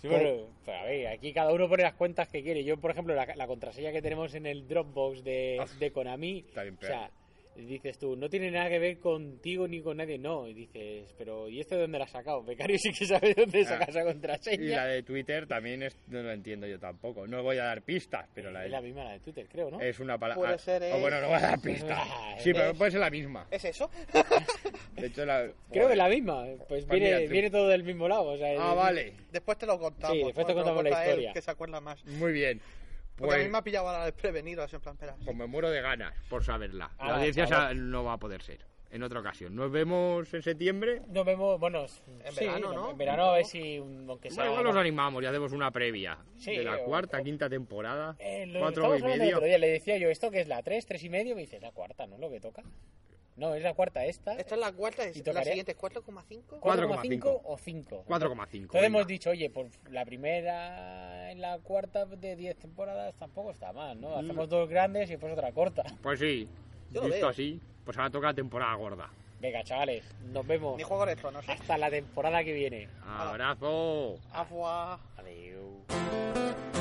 S4: Sí, pero, pero a ver, aquí cada uno pone las cuentas que quiere. Yo, por ejemplo, la, la contraseña que tenemos en el Dropbox de, de Konami,
S1: Está bien
S4: o sea, dices tú, no tiene nada que ver contigo ni con nadie, no. Y dices, pero ¿y esto de dónde la has sacado? Becario sí que sabe de dónde
S1: Ah.
S4: saca esa
S1: Y
S4: contraseña.
S1: la de Twitter también es, no lo entiendo yo tampoco. No voy a dar pistas, pero la
S4: Es la
S1: de,
S4: misma, la de Twitter, creo, ¿no?
S1: es una palabra.
S5: Puede ser,
S1: O bueno, no voy a dar pistas.
S4: Ah,
S1: Sí,
S4: es-
S1: pero puede ser la misma.
S5: ¿Es eso?
S1: De hecho, la.
S4: Creo que la Eh, misma. Pues
S1: Pues
S4: viene,
S1: mira tú.
S4: viene todo del mismo lado. O sea,
S1: Ah,
S4: es-
S1: vale.
S5: Después te lo contamos.
S4: Sí, después te
S5: Bueno, lo
S4: contamos la
S5: cuenta él,
S4: historia.
S5: que se acuerda más.
S1: Muy bien.
S5: Porque a mí
S1: Pues,
S5: me ha pillado ahora desprevenido, así en plan, espera.
S1: pues me muero de ganas por saberla.
S4: Ah,
S1: la audiencia
S4: claro.
S1: sa- no va a poder ser. En otra ocasión. Nos vemos en septiembre.
S4: Nos vemos, bueno, sí,
S5: verano, ¿no?
S4: En verano, a ver si, un- aunque sea.
S1: Bueno, igual nos animamos y hacemos una previa
S4: Sí,
S1: de la
S4: o-
S1: cuarta,
S4: o-
S1: quinta temporada.
S4: Eh, lo
S1: cuatro
S4: estábamos
S1: y
S4: hablando el
S1: medio.
S4: otro día, le decía yo esto que es la 3, 3 y medio, me dice, es la cuarta, ¿no? Lo que toca. No, es la cuarta esta.
S5: Esta es la cuarta, es
S4: ¿Y
S5: la
S4: tocaré?
S5: siguiente es 4,5.
S4: 4,5
S1: 4,5.
S4: o 5.
S1: 4,5.
S4: Entonces hemos
S1: venga.
S4: dicho, oye, por la primera en la cuarta de 10 temporadas tampoco está mal,
S1: Mm.
S4: ¿no? Hacemos dos grandes y después otra corta.
S1: Pues sí.
S5: Yo lo
S1: Visto
S5: veo.
S1: así, pues ahora toca la temporada gorda.
S4: Venga, chavales, nos vemos
S5: Ni juego de tronos.
S4: hasta la temporada que viene.
S5: 啊
S1: Abrazo.
S5: Agua.
S4: Adiós.